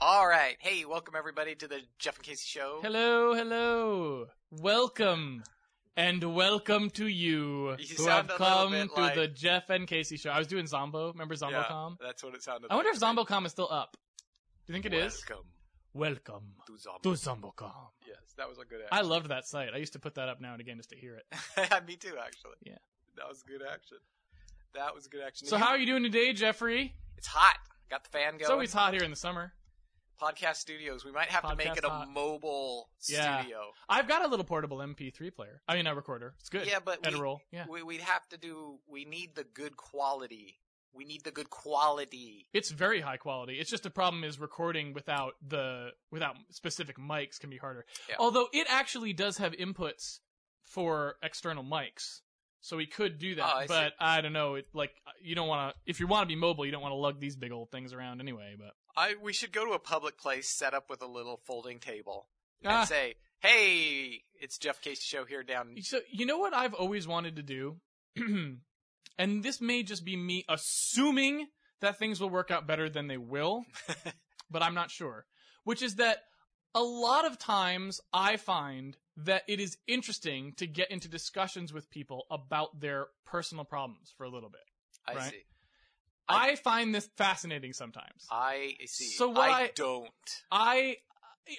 All right. Hey, welcome everybody to the Jeff and Casey show. Hello, hello. Welcome. And welcome to you, You who sound have a little come bit to like- the Jeff and Casey show. I was doing Zombo. Remember Yeah, ZomboCom? that's what it sounded I wonder like. if ZomboCom is still up. Do you think it is? Welcome Welcome to Zombie. to ZomboCom. Yes, that was a good I action. loved that site. I used to put that up now and again just to hear it. Me too, actually. Yeah. That was good action. That was good action. So how are you doing today, Jeffrey? It's hot. Got the fan It's going. always hot here in the summer. Podcast studios. We might have to make Podcast it a hot. mobile Yeah. studio. I've got a little portable MP3 player. I mean, a recorder. It's good. Yeah, but Got we, a roll. Yeah. we we'd have to do. We need the good quality. We need the good quality. It's very high quality. It's just the problem is recording without the without specific mics can be harder. Yeah. Although it actually does have inputs for external mics. So we could do that, Oh, I see. but I don't know. It, like you don't want to. If you want to be mobile, you don't want to lug these big old things around anyway. But I we should go to a public place set up with a little folding table Ah. and say, "Hey, it's Jeff Casey show here down." So you know what I've always wanted to do, and this may just be me assuming that things will work out better than they will, but I'm not sure. Which is that a lot of times I find that it is interesting to get into discussions with people about their personal problems for a little bit. I right. see. I- I, find this fascinating sometimes. I see. So what I, I- don't. I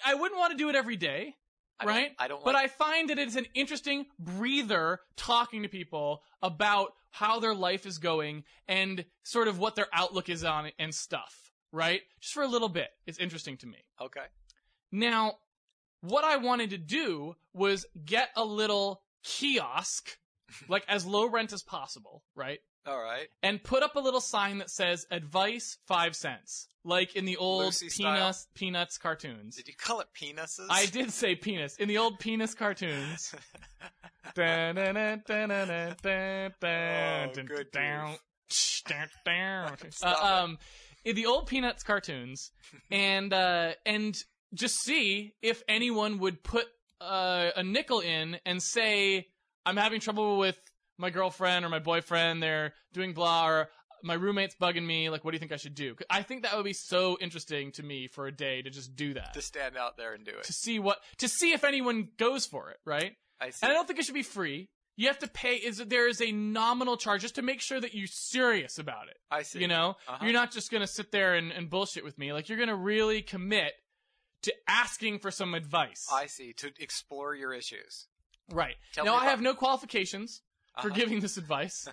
I wouldn't want to do it every day, I Right? Don't, I don't. But like, I find that it's an interesting breather talking to people about how their life is going and sort of what their outlook is on it and stuff, right? Just for a little bit. It's interesting to me. okay. Now, what I wanted to do was get a little kiosk, like as low rent as possible, right? All right. And put up a little sign that says advice 5 cents, like in the old Lucy style. peanuts peanuts cartoons. Did you call it penises? I did say penis in the old penis cartoons. Oh, Oh, good Stop uh, um, in the old Peanuts cartoons, and uh, and just see if anyone would put uh, a nickel in and say, "I'm having trouble with my girlfriend or my boyfriend. They're doing blah, or my roommate's bugging me. Like, what do you think I should do?" I think that would be so interesting to me for a day to just do that, to stand out there and do it. to see what, to see if anyone goes for it, right? I see. And I don't think it should be free. You have to pay. Is there is a nominal charge just to make sure that you're serious about it? I see. You know, Uh-huh. you're not just gonna sit there and, and bullshit with me. Like you're gonna really commit to asking for some advice. I see. To explore your issues. right Tell now, me I about- have no qualifications for Uh-huh. giving this advice.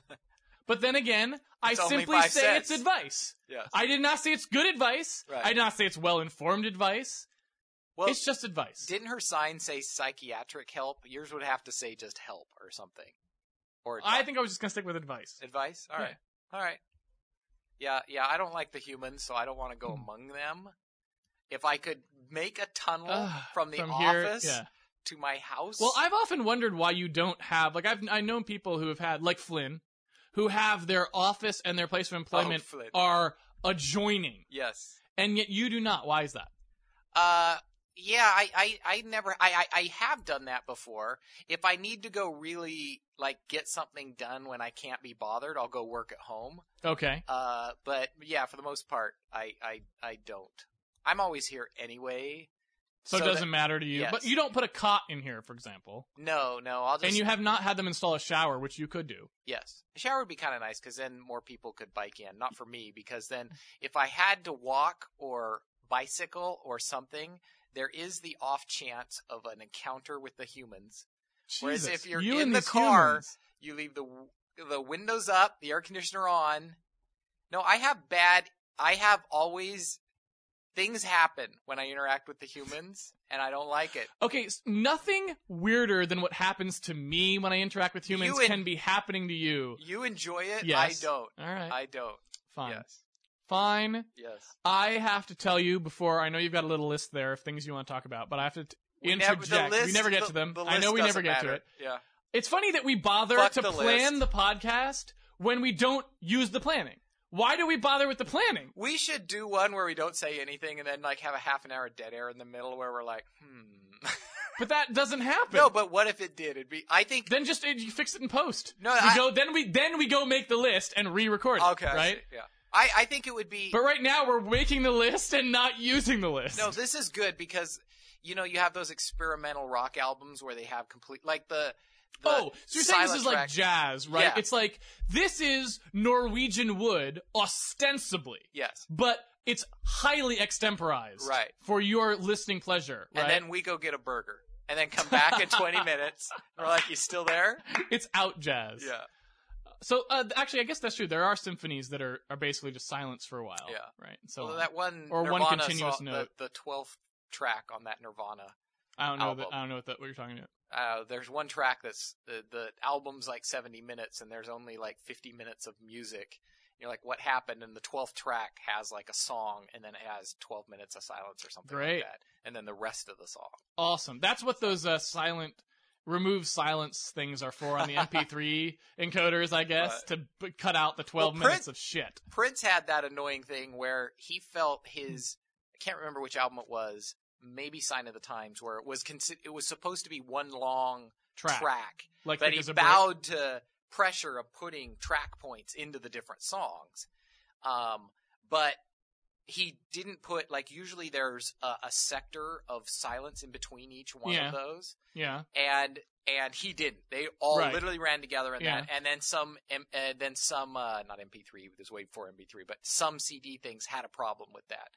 But then again, I It's only simply five say cents. it's advice. Yes. I did not say it's good advice. Right. I did not say it's well informed advice. well, it's just advice. didn't her sign say psychiatric help? Yours would have to say just help or something. Or I think I was just gonna stick with advice. Advice? All right. All right. Yeah, yeah, I don't like the humans, so I don't want to go Hmm. among them. If I could make a tunnel Ugh, from the From here, office yeah. to my house. Well, I've often wondered why you don't have like I've I known people who have had like Flynn, who have their office and their place of employment Oh, Flynn. are adjoining, yes. and yet you do not. Why is that? Uh yeah, I, I, I never I, I, I have done that before. If I need to go really like get something done when I can't be bothered, I'll go work at home. Okay, Uh but yeah, for the most part I I, I don't. I'm always here anyway. so, it that- doesn't matter to you. But yes. you don't put a cot in here, for example, no, no, I'll just and you have not had them install a shower, which you could do. Yes. A shower would be kind of nice because then more people could bike in. Not for me, because then if I had to walk or bicycle or something, there is the off chance of an encounter with the humans. Whereas Jesus, if you're you in and the these car- humans. You leave the the windows up, the air conditioner on. No, I have bad. I have always things happen when I interact with the humans, and I don't like it. okay, s nothing weirder than what happens to me when I interact with humans You and- can be happening to you. You enjoy it. Yes. I don't. All right, I don't. fine, Yes. fine. Yes. I have to tell you before. I know you've got a little list there of things you want to talk about, but I have to t- We never- the interject. we list- never get the- to them. the I know list we never doesn't get to matter. it. Yeah. It's funny that we bother Fuck to the list. plan the podcast when we don't use the planning. Why do we bother with the planning? We should do one where we don't say anything and then like have a half an hour of dead air in the middle where we're like, hmm. But that doesn't happen. no, but what if it did? It'd be. I think. then just uh, you fix it in post. No, we I- go then we then we go make the list and re-record it. Okay. I see. right? Yeah. I, I think it would be But right now we're making the list and not using the list. no. This is good because you know you have those experimental rock albums where they have complete like the. the oh, so you're saying this silent is like track- jazz, right? Yeah. It's like this is Norwegian wood ostensibly, Yes, but it's highly extemporized Right. for your listening pleasure, right? and then we go get a burger and then come back in 20 minutes. And we're like, you still there? it's out jazz. Yeah. So uh, actually, I guess that's true. There are symphonies that are, are basically just silence for a while. Yeah. Right. So So that one Or one Nirvana continuous song- note. The, the 12th track on that Nirvana. I don't know. album. That, I don't know what, that, what you're talking about. Uh, there's one track that's the, the album's like 70 minutes and there's only like 50 minutes of music. You're like, what happened? And the 12th track has like a song and then it has 12 minutes of silence or something Great. like that. And then the rest of the song. Awesome. That's what those uh, silent remove silence things are for on the MP3 encoders, I guess, to b- cut out the 12 Well, minutes Prince- of shit. Prince had that annoying thing where he felt his I can't remember which album it was, maybe Sign of the Times, where it was consi- it was supposed to be one long Track. track Like but like he there's a break. bowed to pressure of putting track points into the different songs. Um, but he didn't put like usually there's a, a sector of silence in between each one Yeah. of those, Yeah. and and he didn't. They all Right. literally ran together in Yeah. that, and then some, M- uh, then some, uh, not MP3. This was way before MP3, but some CD things had a problem with that.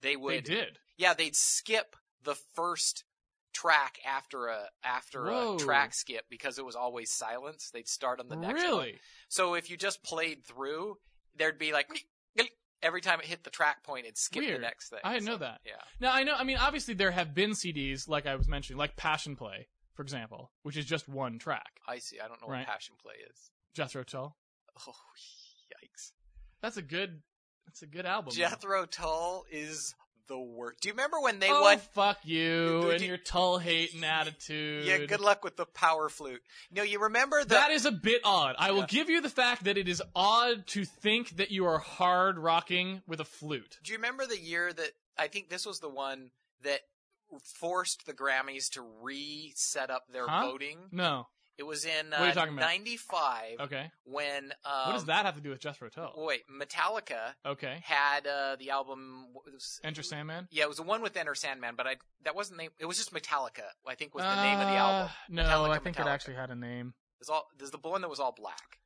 They would, They did. yeah, they'd skip the first track after a after Whoa. a track skip because it was always silence. They'd start on the next one. Really? So if you just played through, there'd be like every time it hit the track point, it'd skip Weird. the next thing. I didn't So, know that. Yeah, Now, I know, I mean, obviously there have been CDs, like I was mentioning, like Passion Play, for example, which is just one track. I see. I don't know Right. what passion play is. Jethro Tull. Oh, yikes! That's a good, that's a good album. though. Jethro Tull is the worst. Do you remember when they oh, won? fuck you Dude, and you- your Tull hating attitude. Yeah, good luck with the power flute. No, you remember the Oh, That is a bit odd. I will Yeah. give you the fact that it is odd to think that you are hard rocking with a flute. Do you remember the year that I think this was the one that forced the Grammys to reset up their Huh? voting? No. It was in What are you uh, talking about? 95 Okay. when um, what does that have to do with Jethro Tull? Wait, Metallica Okay. had uh, the album what was Enter Sandman? Yeah, it was the one with Enter Sandman, but I that wasn't name. It was just Metallica. I think was the name of the album. Uh, No, Metallica, I think Metallica. it actually had a name. It was all there's the one that was all black.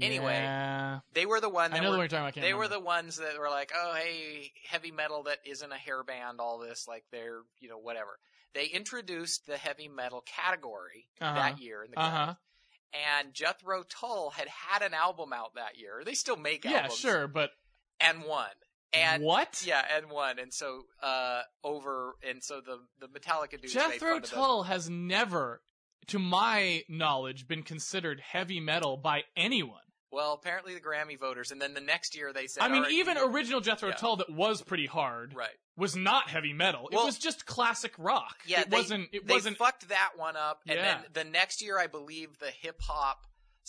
Anyway, Yeah. They were the one I that know the were one you're talking about. I can't they were remember. the ones that were like, oh, hey, heavy metal that isn't a hair band, all this, like they're, you know, whatever. They introduced the heavy metal category Uh-huh. that year in the Uh-huh. Grammys. and Jethro Tull had had an album out that year. They still make Yeah, albums, sure, but and one, and what? yeah, and one, and so uh, over, and so the the Metallica dudes made Jethro fun of them. Tull has never, to my knowledge, been considered heavy metal by anyone. Well, apparently the Grammy voters, and then the next year they said, I mean, "All right, even you- original Jethro Yeah. Tull that was pretty hard. right." was not heavy metal. it Well- was just classic rock. Yeah, it they- wasn't. It they wasn't. fucked that one up, and Yeah. then the next year, I believe the hip hop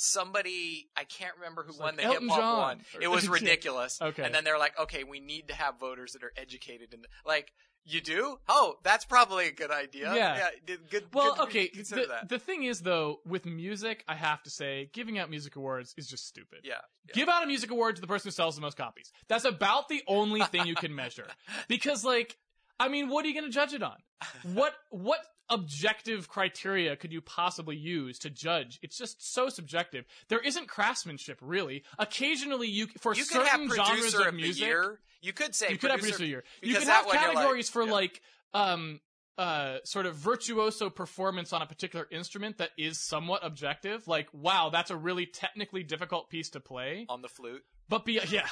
somebody I can't remember who It's won like the Elton hip hop John one. or- It was Yeah. ridiculous. Okay. and then they're like, okay, we need to have voters that are educated in the, like. You do? Oh, that's probably a good idea. Yeah. did- good. well, good- okay. Consider The, that. the thing is, though, with music, I have to say, giving out music awards is just stupid. Yeah, yeah. Give out a music award to the person who sells the most copies. That's about the only thing you can measure. Because, like, I mean, what are you going to judge it on? What what objective criteria could you possibly use to judge? It's just so subjective. There isn't craftsmanship, really. Occasionally, you for you could have certain genres producer of of music, the year. You could say you could have producer of the year. You because could that have one you're like- categories for yeah. like um uh sort of virtuoso performance on a particular instrument that is somewhat objective. Like, wow, that's a really technically difficult piece to play. on the flute. But be yeah.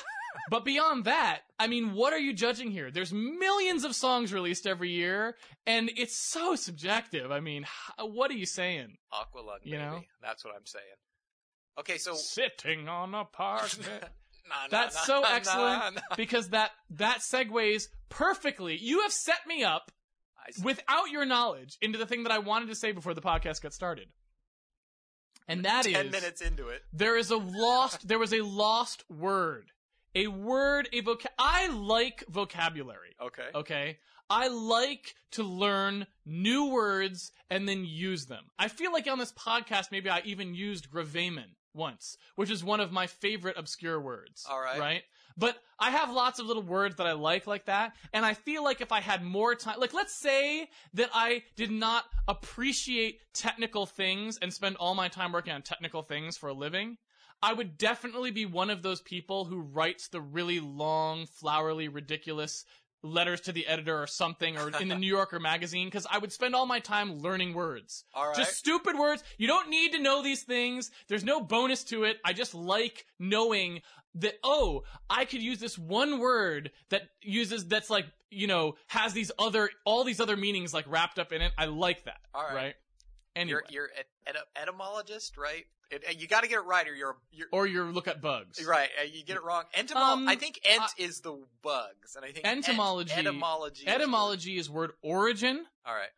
But beyond that, I mean, what are you judging here? There's millions of songs released every year, and it's so subjective. I mean, h- what are you saying? Aqualung, You know? baby. that's what I'm saying. Okay, so Sitting on a park. bench. Nah, nah, That's nah, so nah, excellent nah. because that that segues perfectly. You have set me up I see. without your knowledge into the thing that I wanted to say before the podcast got started. And that is Ten minutes into it, there is a lost there was a lost word. A word a voc I like vocabulary. okay. Okay? I like to learn new words and then use them. I feel like on this podcast maybe I even used gravamen once, which is one of my favorite obscure words. All right. Right? But I have lots of little words that I like like that, and I feel like if I had more time, like let's say that I did not appreciate technical things and spend all my time working on technical things for a living, I would definitely be one of those people who writes the really long, flowery, ridiculous letters to the editor or something or in the New Yorker magazine because I would spend all my time learning words. All right. Just stupid words. You don't need to know these things. There's no bonus to it. I just like knowing that, oh, I could use this one word that uses, that's like, you know, has these other, all these other meanings like wrapped up in it. I like that. all Right. right. Anyway. You're you're et- et- etymologist, right? It, you got to get it right, or you're you're or you look at bugs. right. uh, You get it wrong. Entomol. Um, I think ent uh, is the bugs, and I think et- Entomology- etymology. is the- Etymology is word origin. all right.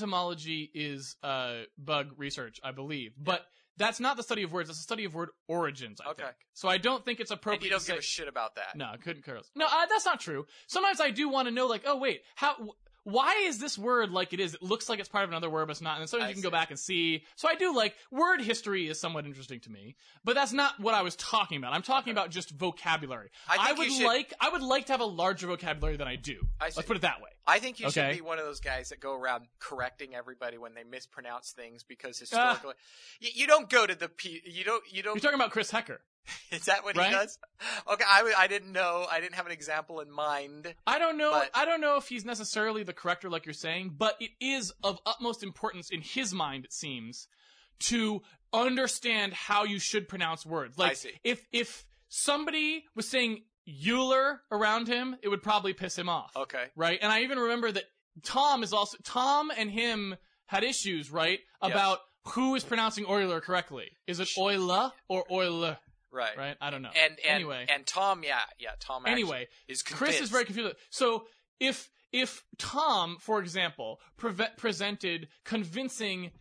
entomology is uh, bug research, I believe, but that's not the study of words. That's the study of word origins. I Okay. think. So I don't think it's appropriate. And you don't to give say, a shit about that. No, I couldn't curse. No, uh, that's not true. Sometimes I do want to know, like, oh wait, how? Wh- why is this word like it is? It looks like it's part of another word, but it's not. And then sometimes I you can see. go back and see. So I do like word history is somewhat interesting to me, but that's not what I was talking about. I'm talking about just vocabulary. I think you would should- like I would like to have a larger vocabulary than I do. I see. Let's put it that way. I think you Okay. should be one of those guys that go around correcting everybody when they mispronounce things because Ah. historically, you, you don't go to the p. You don't. You You're don't. talking about Chris Hecker. is that what right? he does? Okay, I, w- I didn't know. I didn't have an example in mind. I don't know. But- I don't know if he's necessarily the corrector, like you're saying, but it is of utmost importance in his mind, it seems, to understand how you should pronounce words. Like, I see. if if somebody was saying Euler around him, it would probably piss him off, Okay. right? And I even remember that Tom is also Tom and him had issues, right, Yes. about who is pronouncing Euler correctly. Is it Euler or Euler? Right. Right? I don't know. And and Anyway. and Tom, yeah, yeah. Tom. actually anyway, is Chris is convinced. very confused. So if if Tom, for example, preve- presented convincing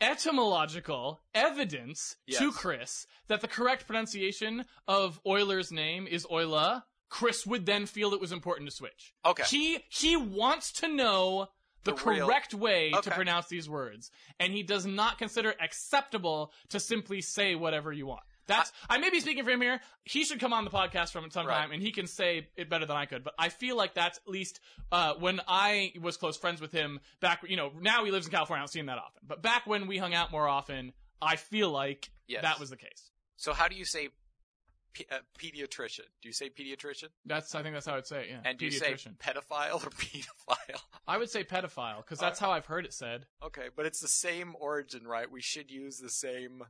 etymological evidence to Yes. Chris that the correct pronunciation of Euler's name is Euler, Chris would then feel it was important to switch. Okay. He he wants to know the, The real- correct way Okay. to pronounce these words, and he does not consider it acceptable to simply say whatever you want. That's I, may be speaking for him here. He should come on the podcast from sometime, Right. and he can say it better than I could. But I feel like that's at least uh, when I was close friends with him back. You know, now he lives in California. I don't see him that often, but back when we hung out more often, I feel like Yes. that was the case. So how do you say pe- uh, pediatrician? Do you say pediatrician? That's I think that's how I'd say it. Yeah, And do you say pediatrician. pedophile or pedophile? I would say pedophile because that's how I've heard it said. Okay, but it's the same origin, right? We should use the same.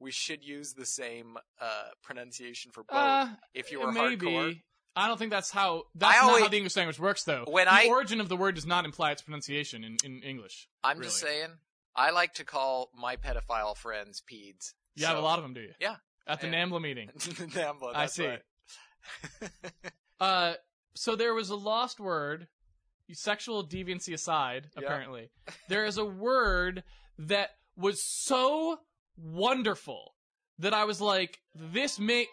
We should use the same uh, pronunciation for both. Uh, if you were maybe. hardcore, I don't think that's how that's not how always- the English language works, though. When the I- origin of the word does not imply its pronunciation in, in English. I'm just really. saying. I like to call my pedophile friends peds. You have a lot of them, do you? Yeah. At the Yeah. NAMBLA meeting. Nambla, I that's see. right. Uh, so there was a lost word, sexual deviancy aside, Yeah. apparently. there is a word that was so wonderful that I was like, this may.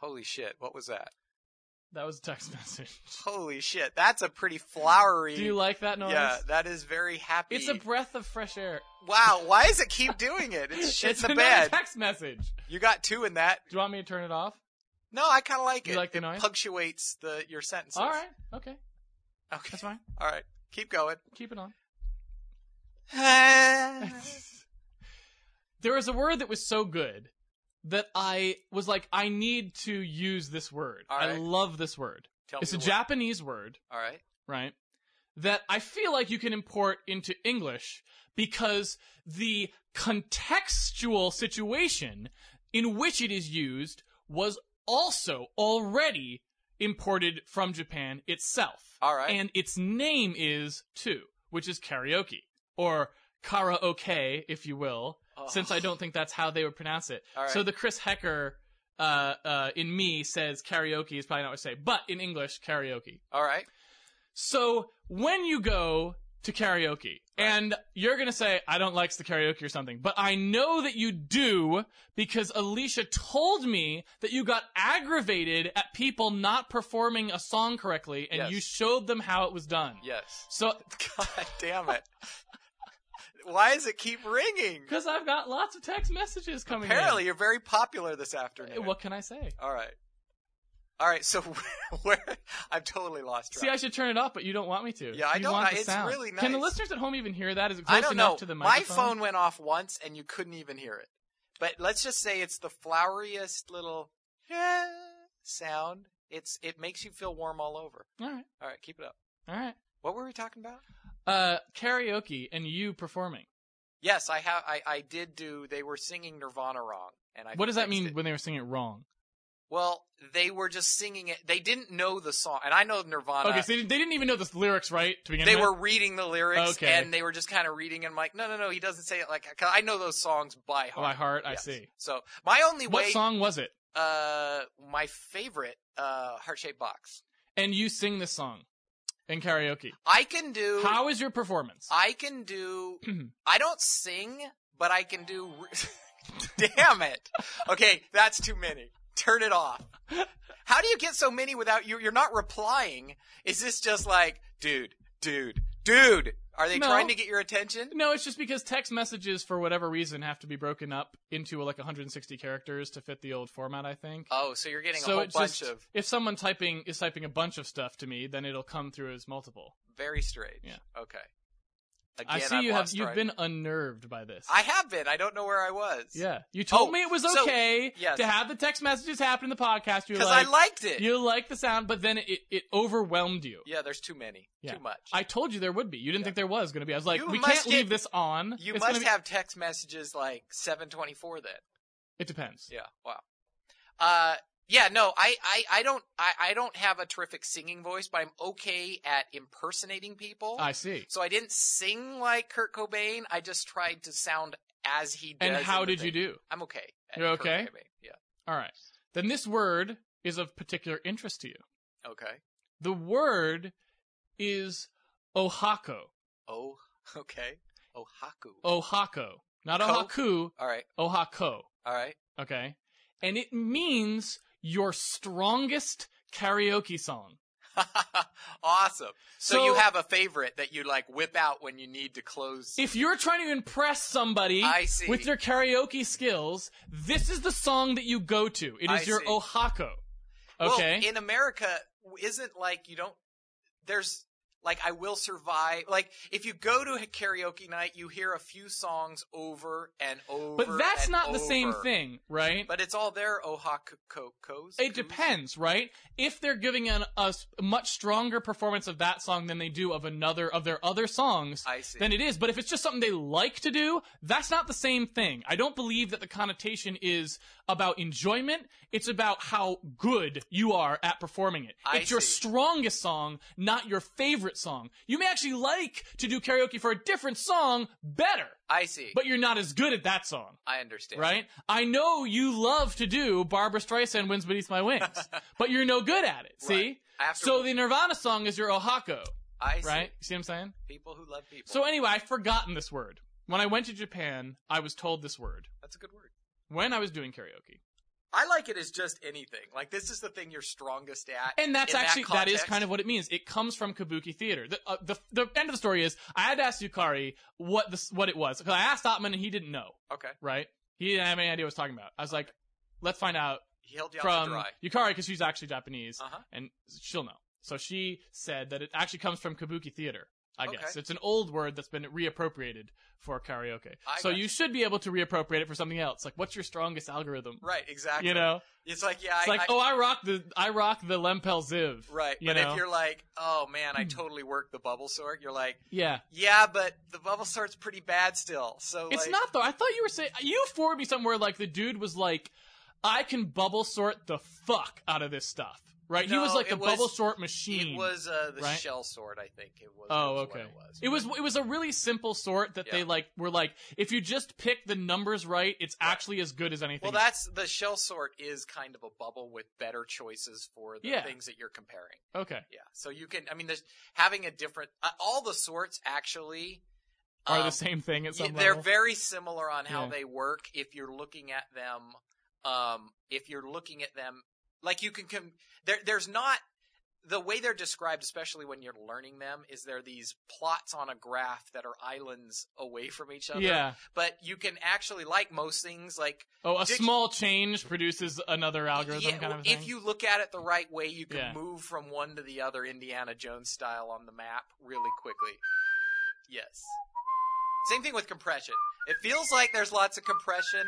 Holy shit! What was that? That was a text message. Holy shit! That's a pretty flowery. Do you like that noise? yeah, that is very happy. It's a breath of fresh air. wow. Why does it keep doing it? It's shit it's in the another bed. text message. You got two in that. Do you want me to turn it off? No, I kind of like You it. like the it noise? punctuates the your sentences. All right. Okay. Okay. That's fine. All right. Keep going. Keep it on. I there was a word that was so good that I was like, I need to use this word. All I right. love this word. Tell it's a me the word. Japanese word, All right. right? That I feel like you can import into English because the contextual situation in which it is used was also already imported from Japan itself. All right. And its name is too, which is karaoke or karaoke, if you will, Oh. since I don't think that's how they would pronounce it. All right. So the Chris Hecker uh, uh, in me says karaoke is probably not what I say, but in English, karaoke. All right. So when you go to karaoke and you're going to say, I don't like the karaoke or something, but I know that you do because Alicia told me that you got aggravated at people not performing a song correctly and Yes. you showed them how it was done. Yes. So, God damn it. Why does it keep ringing? because I've got lots of text messages coming Uh, Apparently, you're very popular this in. afternoon. What can I say? All right. All right, so where I'm totally lost track. See, I should turn it off, but you don't want me to. Yeah, I You don't Want know. the It's sound. really Can the nice. listeners at home even hear that? Is it close I don't enough know. to the My microphone? phone went off once, and you couldn't even hear it. But let's just say it's the floweriest little sound. It's it makes you feel warm all over. All right, All right, keep it up. all right. What were we talking about? Uh, karaoke and you performing. Yes, I have. I, I did do. They were singing Nirvana wrong, and I. what does that fixed mean it. when they were singing it wrong? Well, they were just singing it. They didn't know the song, and I know Nirvana. okay, so they they didn't even know the lyrics right to begin they with. were reading the lyrics, Okay. and they were just kind of reading. And I'm like, no, no, no, he doesn't say it like. 'cause I know those songs by Oh, by heart. heart. I Yes. see. So my only What way. song was it? Uh, my favorite uh heart shaped box. And you sing this song in karaoke. I can do. How is your performance? I can do. I don't sing, but I can do. Damn it! Okay, that's too many. Turn it off. How do you get so many without you? You're not replying. Is this just like, dude, dude, dude? Are they No. trying to get your attention? No, it's just because text messages, for whatever reason, have to be broken up into like 160 characters to fit the old format. I think. Oh, so you're getting so a whole it's bunch just, of if someone typing is typing a bunch of stuff to me, then it'll come through as multiple. very strange. Yeah. Okay. I see I've you have lost you've track. been unnerved by this. I have been. I don't know where I was. yeah, you told Oh, me it was so- okay yes. to have the text messages happen in the podcast. You're Because like, I liked it. you like the sound, but then it, it overwhelmed you. yeah, there's too many. Yeah. Too much. I told you there would be. You didn't Yeah. think there was going to be. I was like, You we must can't get- leave this on. you It's gonna must be- have text messages like 724 then. It depends. Yeah. Wow. Uh, yeah. No, I, I, I don't, I, I don't have a terrific singing voice, but I'm okay at impersonating people. I see. so I didn't sing like Kurt Cobain. I just tried to sound as he does. And in how the did you thing. do? I'm okay. at You're Kurt okay? Cobain. Yeah. All right. Then this word is of particular interest to you. Okay. The word is ohako. Oh, okay. Ohaku. Oh. Ohako. Not Ko? ohaku, All right. ohako. All right. Okay? And it means your strongest karaoke song. awesome. So, you So- have a favorite that you like whip out when you need to close. If you're trying to impress somebody I see. with your karaoke skills, this is the song that you go to. It is I your see. ohako. Well, Okay? in America, isn't like you don't. There's like I will survive. Like if you go to a karaoke night, you hear a few songs over and over. but that's and not the same over. thing, right? But it's all there. Ohakokos. It depends, right? If they're giving an, a s- much stronger performance of that song than they do of another of their other songs, I see. then it is. But if it's just something they like to do, that's not the same thing. I don't believe that the connotation is about enjoyment. It's about how good you are at performing it. I it's your see. strongest song, not your favorite song. You may actually like to do karaoke for a different song better, I see. but you're not as good at that song I understand. right? I know you love to do Barbara Streisand wins beneath my wings, but you're no good at it. See, Right. I have to- so the Nirvana song is your Ohako, I see. right? You see what I'm saying? People who love people. So anyway, I've forgotten this word. When I went to Japan, I was told this word that's a good word. when I was doing karaoke, I like it as just anything. Like this is the thing you're strongest at. and that's in actually that is context. kind of what it means. It comes from kabuki theater. The, uh, the the end of the story is I had to ask Yukari what this what it was because I asked Ottman and he didn't know. okay. Right? He didn't have any idea what I was talking about. I was like, let's find out He held you out to from dry. Yukari because she's actually Japanese, Uh-huh. and she'll know. So she said that it actually comes from kabuki theater. I Okay. guess it's an old word that's been reappropriated for karaoke. I so gotcha. you should be able to reappropriate it for something else. Like, what's your strongest algorithm? Right. Exactly. You know, It's like yeah. it's I, like, I, oh, I rock the I rock the Lempel Ziv. Right. You but know, Hmm. if you're like, oh man, I totally worked the bubble sort, you're like, yeah. yeah, but the bubble sort's pretty bad still. So It's like, not though. I thought you were saying you forwarded me somewhere like the dude was like, I can bubble sort the fuck out of this stuff. Right? he No, was like the it was- bubble sort machine. It was uh, the right? shell sort, I think. It was. Oh, was okay. What it was. It was it was a really simple sort that they Yeah. like were like if you just pick the numbers right, it's actually as good as Well, anything. that's the shell sort is kind of a bubble with better choices for the Yeah. things that you're comparing. else. okay. Yeah. So you can. I mean, there's having a different. Uh, all the sorts actually Are um, the same thing at Yeah, some they're level. very similar on how Yeah. they work if you're looking at them um if you're looking at them like you can com- there there's not the way they're described, especially when you're learning them, is they're these plots on a graph that are islands away from each other. yeah. But you can actually, like most things, like Oh, a Did you- small change produces another algorithm yeah, kind of thing. if you look at it the right way, you can Yeah. move from one to the other Indiana Jones style on the map really quickly. Yes. Same thing with compression. It feels like there's lots of compression.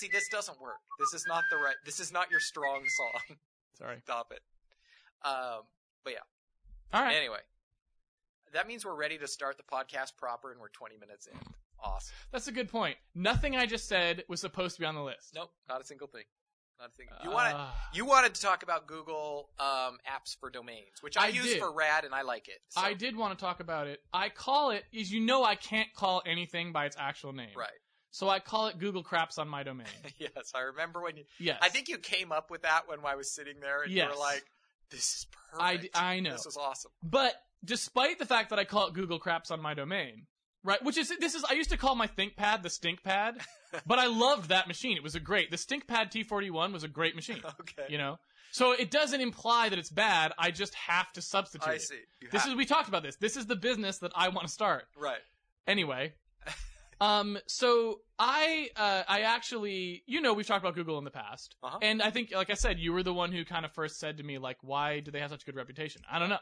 See, this doesn't work. This is not the right. This is not your strong song. Sorry. Stop it. Um, All right. Anyway, that means we're ready to start the podcast proper, and we're 20 minutes in. Awesome. That's a good point. Nothing I just said was supposed to be on the list. Nope, not a single thing. Not a single. You want to. Ah. You wanted to talk about Google um, apps for domains, which I, I use did. for rad, and I like it. So- I did want to talk about it. I call it, is you know I can't call anything by its actual name. Right. So I call it Google Craps on my domain. Yes, I remember when you. Yes. I think you came up with that when I was sitting there, and you Yes. were like, "This is I, perfect. d- I know. This was awesome." But despite the fact that I call it Google Craps on my domain, right? Which is this is I used to call my ThinkPad the StinkPad, but I loved that machine. It was a great. The StinkPad T41 was a great machine. Okay. You know, so it doesn't imply that it's bad. I just have to substitute. I it. see. You This have- is we talked about this. This is the business that I want to start right. anyway um so i uh i actually you know we've talked about google in the past Uh-huh. and i think like i said you were the one who kind of first said to me like why do they have such a good reputation i don't know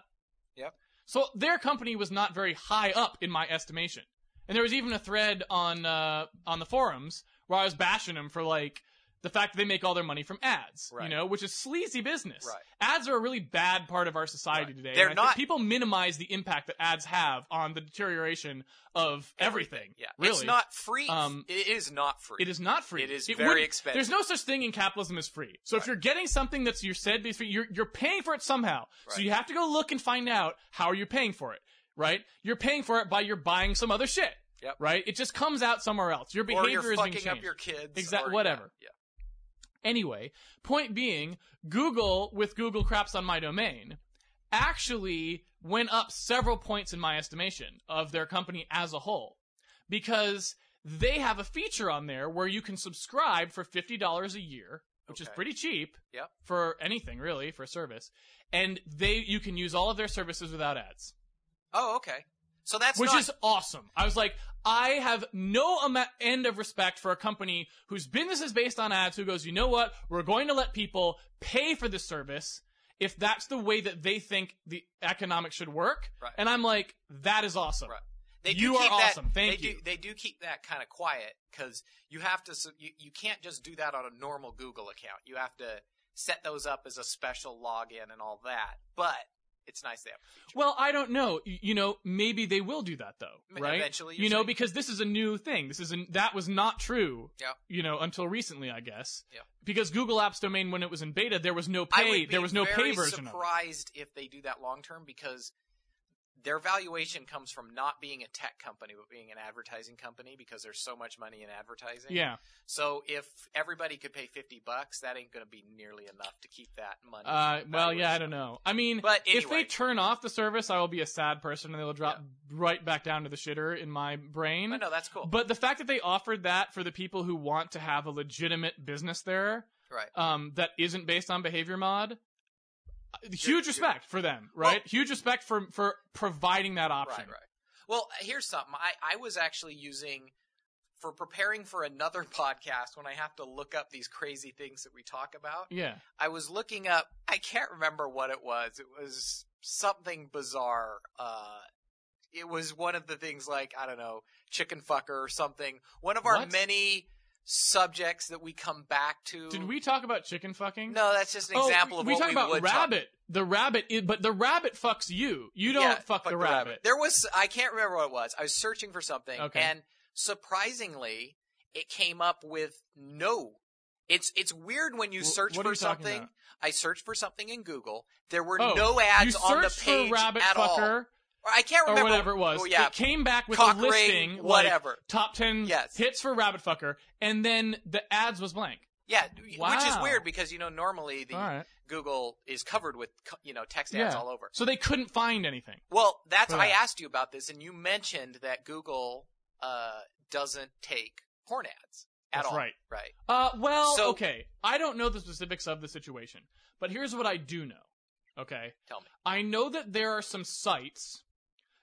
Yep. so their company was not very high up in my estimation and there was even a thread on uh on the forums where i was bashing them for like the fact that they make all their money from ads, Right. you know, which is sleazy business. Right. Ads are a really bad part of our society Right. today. They're and I think not- People minimize the impact that ads have on the deterioration of everything. Yeah. really. It's not free. Um, it is not free. It is not free. It is very wouldn't- expensive. There's no such thing in capitalism as free. So if Right. you're getting something that's you're said to be free, you're you're paying for it somehow. So Right. you have to go look and find out how you're paying for it. Right? You're paying for it by you're buying some other shit. Yep. Right? It just comes out somewhere else. Your behavior or you're is being fucking changed. up your kids. Exact- or- yeah, whatever. Yeah. Anyway, point being, Google with Google Craps on my domain actually went up several points in my estimation of their company as a whole because they have a feature on there where you can subscribe for $50 a year, which is Okay. pretty cheap Yep. for anything really, for a service, and they you can use all of their services without ads Oh, okay. So that's which not, is awesome. I was like, I have no ama- end of respect for a company whose business is based on ads who goes, you know what? We're going to let people pay for this service if that's the way that they think the economics should work. Right. And I'm like, that is awesome. Right. They do You are keep that, awesome. Thank they you. Do, they do keep that kind of quiet because you have to. s- You, you can't just do that on a normal Google account. You have to set those up as a special login and all that. But it's nice they have. a feature. Well, I don't know. Y- You know, maybe they will do that though, M- right? eventually, you're you know, saying. because this is a new thing. This is an, that was not true. Yeah. You know, until recently, I guess. Yeah. Because Google Apps domain, when it was in beta, there was no I pay. would be There was no very pay version. of it. Surprised if they do that long term because their valuation comes from not being a tech company but being an advertising company because there's so much money in advertising. Yeah. So if everybody could pay fifty bucks, that ain't going to be nearly enough to keep that money. Uh, well, yeah, I valuation. don't know. I mean, But if they anyway. turn off the service, I will be a sad person, and they'll drop right back down to the shitter in my brain. But no, that's cool. But the fact that they offered that for the people who want to have a legitimate business there, right. um, that isn't based on behavior mod, uh, you're- huge respect for them, right? huge respect for for providing that option. Right, right. Well, here's something. I, I was actually using for preparing for another podcast when I have to look up these crazy things that we talk about. Yeah, I was looking up, I can't remember what it was. It was something bizarre. Uh, it was one of the things like, I don't know, chicken fucker or something. One of our What? many subjects that we come back to. did we talk about chicken fucking? No, that's just an Oh, example of we what talk we about would talk rabbit. The rabbit, i but the rabbit fucks you. You don't Yeah, fuck, the, rabbit. There was I can't remember what it was. I was searching for something, Okay. and surprisingly, it came up with no. It's it's weird when you Wh- search what are for you talking something. about? I searched for something in Google. There were Oh, no ads you on the search page for rabbit at all. fucker. Or I can't or remember whatever it was. Oh, yeah, It came back with Cock a ring, listing, like, whatever. top ten Yes. hits for Rabbit Fucker, and then the ads was blank. yeah. Which is Wow. weird because you know normally the All right, Google is covered with co- you know text ads Yeah. all over. so they couldn't find anything. Well, that's For I that. asked you about this, and you mentioned that Google uh, doesn't take porn ads at That's all. right. Right. Uh, well, So- okay, I don't know the specifics of the situation, but here's what I do know. Okay. Tell me. I know that there are some sites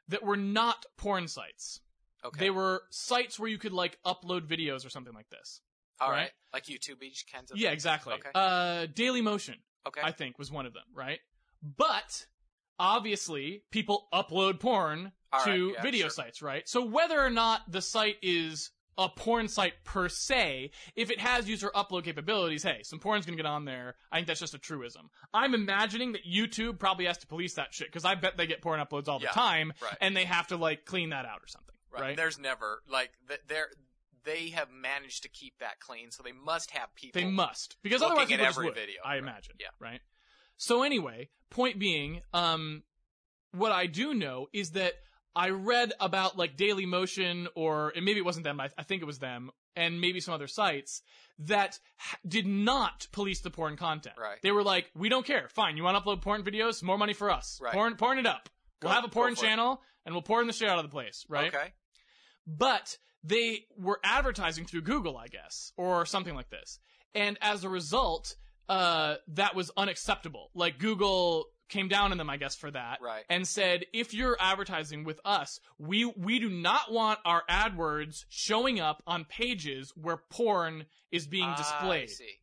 that were not porn sites. Okay. They were sites where you could like upload videos or something like this. All right. right. Like YouTube each kinds of yeah, exactly. Okay. Uh, Daily Motion, okay. I think, was one of them, right? But obviously, people upload porn All to right, yeah, video sure. sites, right? So whether or not the site is a porn site per se, if it has user upload capabilities, hey, some porn's gonna get on there. I think that's just a truism. I'm imagining that YouTube probably has to police that shit because I bet they get porn uploads all Yeah, the time, right. and they have to like clean that out or something, right. There's never like th- there they have managed to keep that clean, so they must have people. They must because looking otherwise at people just every would, video, I right. imagine. Yeah. Right. So anyway, point being, um, what I do know is that I read about like Daily Motion or and maybe it wasn't them. I, I think it was them and maybe some other sites that ha- did not police the porn content. Right. They were like, we don't care. Fine. You want to upload porn videos? More money for us. Right. Porn, porn it up. Go- we'll have a go porn for it. channel and we'll porn the shit out of the place. Right Okay. but they were advertising through Google, I guess, or something like this. And as a result, uh, that was unacceptable. Like Google came down on them, I guess, for that. Right. And said, if you're advertising with us, we, we do not want our AdWords showing up on pages where porn is being Ah, I displayed. see.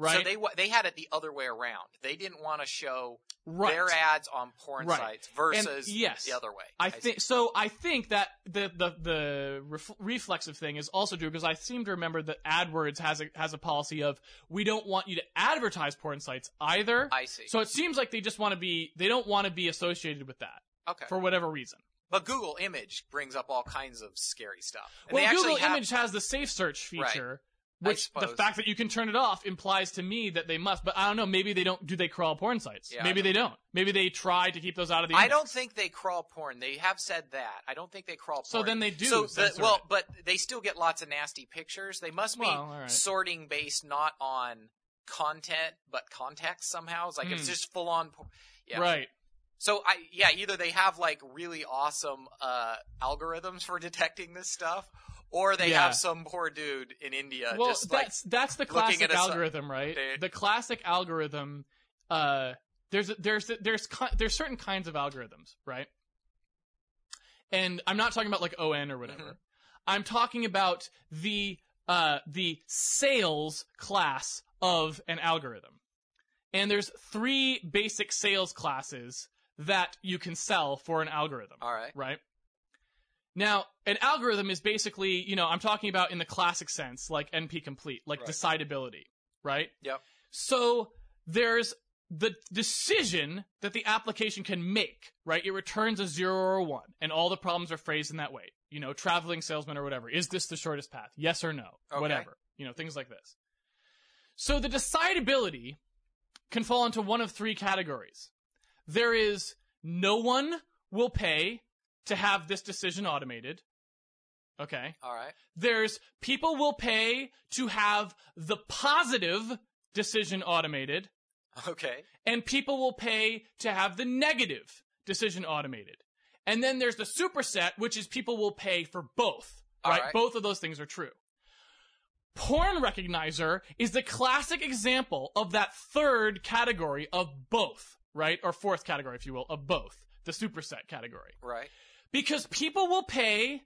Right? So they wa- they had it the other way around. They didn't want to show right. their ads on porn Right. sites versus yes. the other way. I see. think so. I think that the the the ref- reflexive thing is also true because I seem to remember that AdWords has a has a policy of we don't want you to advertise porn sites either. I see. So it seems like they just want to be they don't want to be associated with that okay. for whatever reason. but Google Image brings up all kinds of scary stuff. And they well, actually Google have- Image has the safe search Right. feature. I Which the suppose. fact that you can turn it off implies to me that they must, but I don't know. Maybe they don't. Do they crawl porn sites? Yeah, I maybe they don't. Maybe they try to keep those out of the. I index. don't think they crawl porn. They have said that. I don't think they crawl porn. So then they do So the- censor well, it. but they still get lots of nasty pictures. They must be Well, all right. sorting based not on content but context somehow. It's like it's Hmm. just full on. Por- yeah. Right. So I yeah, either they have like really awesome uh, algorithms for detecting this stuff, or they Yeah. have some poor dude in India well, uh, just like that's that's the looking at classic a su- algorithm, right? They- the classic algorithm. Uh, there's there's there's ki- there's certain kinds of algorithms, right? And I'm not talking about like ON or whatever. Mhm. I'm talking about the uh the sales class of an algorithm. And there's three basic sales classes that you can sell for an algorithm all right. right? Now, an algorithm is basically, you know, I'm talking about in the classic sense, like NP complete, like Right. decidability, right? Yep. So there's the decision that the application can make, right? It returns a zero or a one, and all the problems are phrased in that way. You know, traveling salesman or whatever. Is this the shortest path? Yes or no? Okay. Whatever. You know, things like this. So the decidability can fall into one of three categories. There is no one will pay to have this decision automated. Okay. All right. There's people will pay to have the positive decision automated, Okay. and people will pay to have the negative decision automated. And then there's the superset, which is people will pay for both. All Right? right. Both of those things are true. Porn recognizer is the classic example of that third category of both, right? Or fourth category, if you will, of both. The superset category Right. because people will pay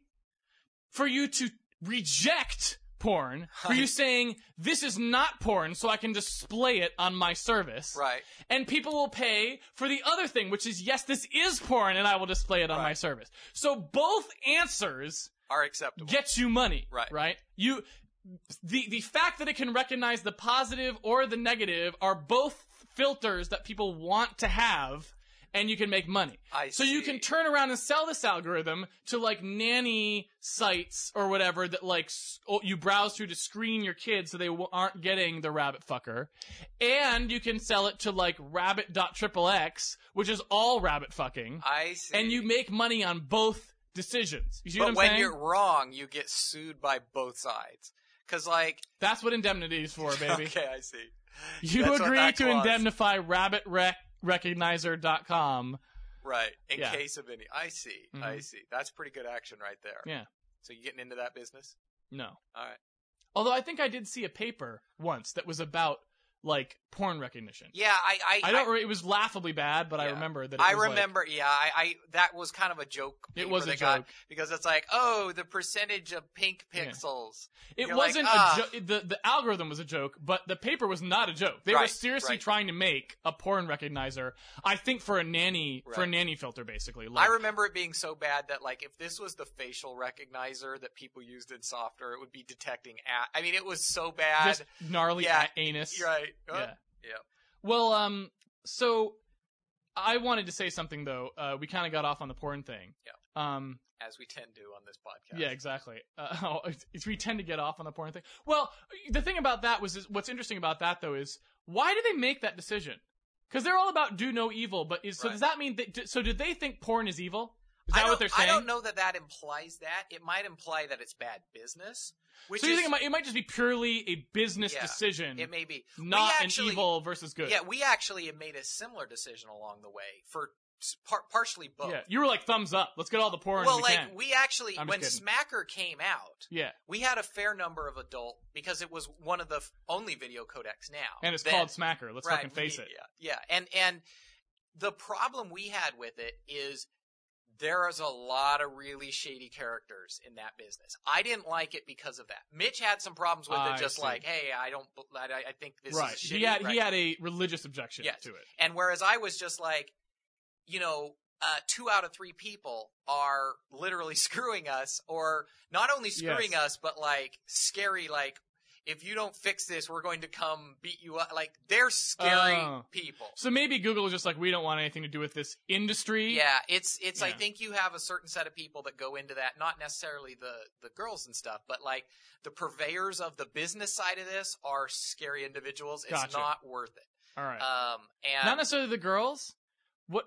for you to reject porn for you saying this is not porn so i can display it on my service Right. and people will pay for the other thing which is yes this is porn and i will display it on my Right. service so both answers Are acceptable. gets you money Right. right you the the fact that it can recognize the positive or the negative are both filters that people want to have and you can make money I so you can see. turn around and sell this algorithm to like nanny sites or whatever that like s- oh, you browse through to screen your kids so they w- aren't getting the rabbit fucker. And you can sell it to like rabbit.xxx, which is all rabbit fucking. I see. And you make money on both decisions. You see but what I'm when saying? you're wrong, you get sued by both sides. Because like, That's what indemnity is for, baby. okay, I see. You That's what agree that to clause- indemnify rabbitrecognizer.com. Right. In Yeah. case of any, I see. I Mhm. see. That's pretty good action right there. Yeah. So you getting into that business? No. All right. Although I think I did see a paper once that was about like porn recognition. Yeah, I I, I don't. re- it was laughably bad, but I Yeah. remember that. It I was like- remember, yeah, I, I that was kind of a joke. it paper was a they got joke. because it's like, oh, the percentage of pink Yeah. pixels. It You're like, wasn't "Ah." a joke. The, the algorithm was a joke, but the paper was not a joke. They were Right, seriously right. trying to make a porn recognizer. I think for a nanny for a Right. nanny filter, basically. Like, I remember it being so bad that like if this was the facial recognizer that people used in software, it would be detecting. A- I mean, it was so bad. just gnarly Yeah, a- anus. You're right? Oh, Yeah. yeah. Well, um, so I wanted to say something though. Uh, we kind of got off on the porn thing. Yeah. Um. As we tend to on this podcast. Yeah, exactly. Uh, oh, it's- it's- we tend to get off on the porn thing. Well, the thing about that was is, what's interesting about that though is why did they make that decision? Because they're all about do no evil, but is, so Right. does that mean that? So did they think porn is evil? Is I that what don't- they're saying? I don't know that that implies that. It might imply that it's bad business. Which So is, you think it might, it might just be purely a business Yeah, decision, it may be not actually- an evil versus good? Yeah, we actually made a similar decision along the way for s- par- partially both. Yeah. You were like thumbs up. Let's get all the porn well, we like can. we actually I'm when just Smacker came out, yeah, we had a fair number of adult because it was one of the f- only video codecs now, and it's then. called Smacker. Let's right, fucking face we- it. Yeah, yeah, and and the problem we had with it is there is a lot of really shady characters in that business. I didn't like it because of that. Mitch had some problems with I it, just see. like, hey, I don't, bl- I, I- I think this right. is shitty. he had right? he had a religious objection Yes. to it. And whereas I was just like, you know, uh, two out of three people are literally screwing us, or not only screwing Yes. us, but like scary, like, if you don't fix this, we're going to come beat you up. Like, they're scary Oh. people. So maybe Google is just like we don't want anything to do with this industry. Yeah, it's it's. I Yeah. think you have a certain set of people that go into that. Not necessarily the the girls and stuff, but like the purveyors of the business side of this are scary individuals. It's Gotcha. not worth it. All right. Um, and Not necessarily the girls. What?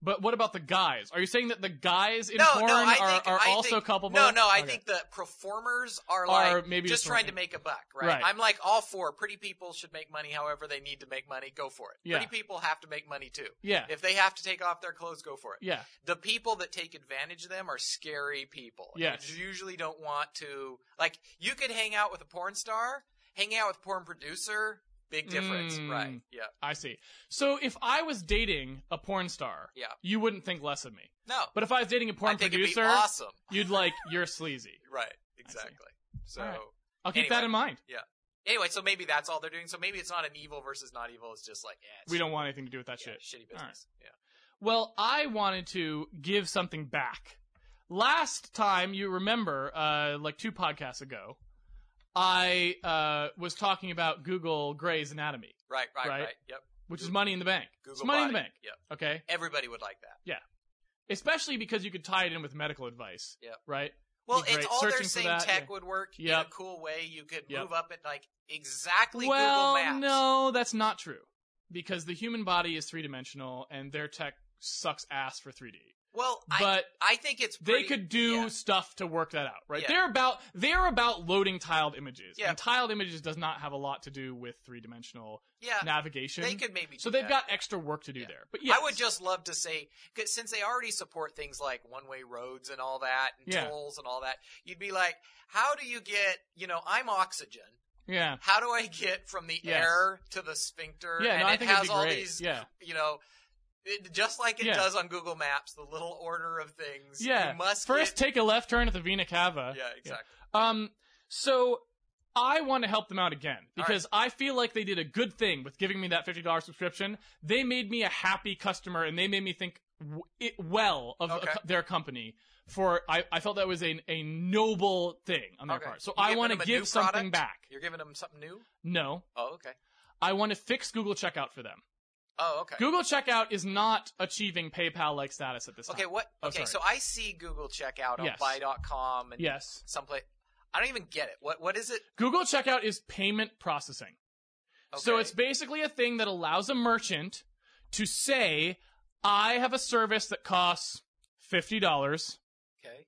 But what about the guys? Are you saying that the guys in porn are, are I also think- culpable? No, no, I Okay. think the performers are like Are maybe just just trying to working. make a buck, right? Right. I'm like all for pretty people should make money however they need to make money, go for it. Yeah. Pretty people have to make money too. Yeah. If they have to take off their clothes, go for it. Yeah. The people that take advantage of them are scary people. Yes. You usually don't want to like you could hang out with a porn star, hang out with a porn producer, big difference, Mm. right? Yeah. I see. So if I was dating a porn star, Yeah. you wouldn't think less of me. No. But if I was dating a porn I think producer, it'd be awesome. you'd like you're sleazy. Right, exactly. So All right. I'll keep that Anyway. in mind. Anyway, so maybe that's all they're doing. So maybe it's not an evil versus not evil. It's just like eh, it's We don't want anything to do with that yeah, shit. shitty All right. business. Well, I wanted to give something back. Last time you remember, uh, like two podcasts ago, I uh, was talking about Google Grey's Anatomy, Yeah. Right, right, Right. right, Yep. which is Money in the Bank. Google it's Money in the body. Bank. Yep. Okay. Everybody would like that. Especially because you could tie it in with medical advice. Yep. Right. Well, Be it's great. all Searching they're for saying that, tech yeah. would work in Yep. a cool way. You could Yep. move up at like exactly well, Google Maps. no, that's not true, because the human body is three dimensional, and their tech sucks ass for 3D. Well, I, But I think it's they pretty, could do yeah. stuff to work that out, right? Yeah. They're about they're about loading tiled images, Yeah. and tiled images does not have a lot to do with three dimensional yeah. navigation. Uh, They could maybe. so do they've that. got extra work to do Yeah. there. But yes, I would just love to say, 'cause since they already support things like one-way roads and all that, and Yeah. tolls and all that, you'd be like, how do you get? You know, I'm oxygen. yeah, how do I get from the Yes. air to the sphincter? yeah. and No, I it think has it'd be all great. these, yeah, you know, it, just like it Yeah. does on Google Maps, the little order of things. yeah. You must First, get- take a left turn at the Vina Cava. yeah, exactly. Um, so I want to help them out again All because I feel like they did a good thing with giving me that fifty dollars subscription. They made me a happy customer, and they made me think w- it well of a Okay. co- their company. For I, I felt that was a a noble thing on their Okay. part. So You I giving want them to a give new something product? back. You're giving them something new. No, Oh, okay. I want to fix Google Checkout for them. Oh, okay. Google Checkout is not achieving PayPal like status at this time. okay, what? Oh, okay, sorry. so I see Google checkout on Yes. buy.com and Yes. someplace. I don't even get it. What? What is it? Google Checkout is payment processing. Okay. So it's basically a thing that allows a merchant to say, I have a service that costs $50. okay.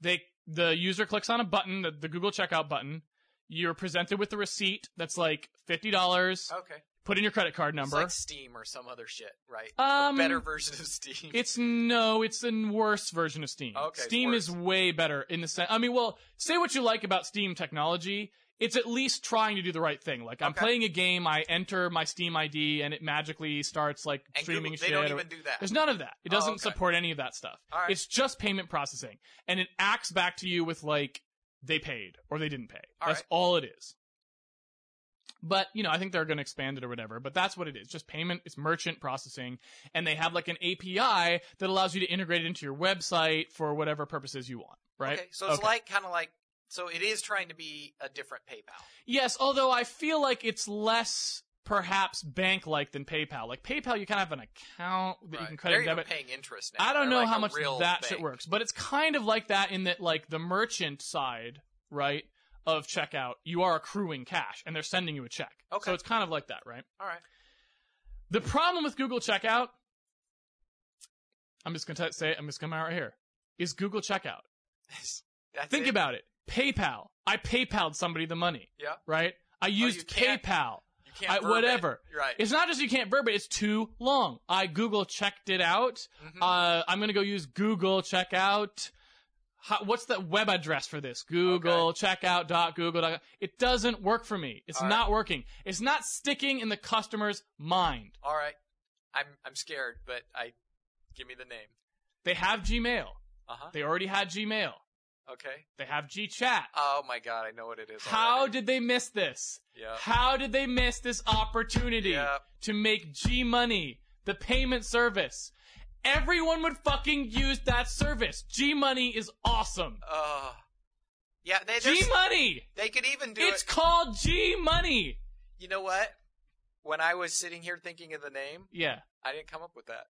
They, the user clicks on a button, the, the Google checkout button. You're presented with a receipt that's like $50. Okay. Put in your credit card Uh, It's number. like Steam or some other shit, right? Um, a better version of Steam. It's no, it's a worse version of Steam. Okay, it's Steam is way better in the sense. I mean, well, say what you like about Steam technology. it's at least trying to do the right thing. Like I'm Okay. playing a game, I enter my Steam ID, and it magically starts like And streaming Google, they shit. don't or- even do that. there's none of that. It Oh, doesn't okay. support any of that stuff. All right. It's just payment processing, and it acts back to you with like they paid or they didn't pay. All that's right. all it is. But you know, I think they're going to expand it or whatever. But that's what it is. Just payment. It's merchant processing, and they have like an API that allows you to integrate it into your website for whatever purposes you want. Right. Okay, so it's Okay. like kind of like so it is trying to be a different PayPal. Yes, although I feel like it's less perhaps bank like than PayPal. Like PayPal, you kind of have an account that you Right. They're can credit and even debit. paying interest now. I don't They're know like how a much real that bank. shit works, but it's kind of like that in that like the merchant side, right, of checkout, you are accruing cash and they're sending you a check. Okay. So it's kind of like that, right? All right. The problem with Google Checkout, I'm just gonna t- say, it, I'm just gonna come out right here, is Google Checkout. That's Think it. about it. PayPal. I PayPal'd somebody the money. Yeah. Oh, Right. I used can't- PayPal. you can't I- verb it. whatever. You're right. It's not just you can't verb it, it's too long. I Google checked it out. Mhm. Uh, I'm going to go use Google checkout. How, what's the web address for this? Google checkout.google. It doesn't work for me. It's All right. not working. It's not sticking in the customer's mind. All right. I'm I'm scared, but I give me the name. They have Gmail. Uh huh. They already had Gmail. Okay. They have GChat. Oh my god, I know what it is. How already. did they miss this? yeah. How did they miss this opportunity Yeah. to make G Money the payment service? Everyone would fucking use that service. G Money is awesome. Uh, yeah. They G there's- Money! they could even do It's it. called G Money! You know what? When I was sitting here thinking of the name, Yeah. I didn't come up with that.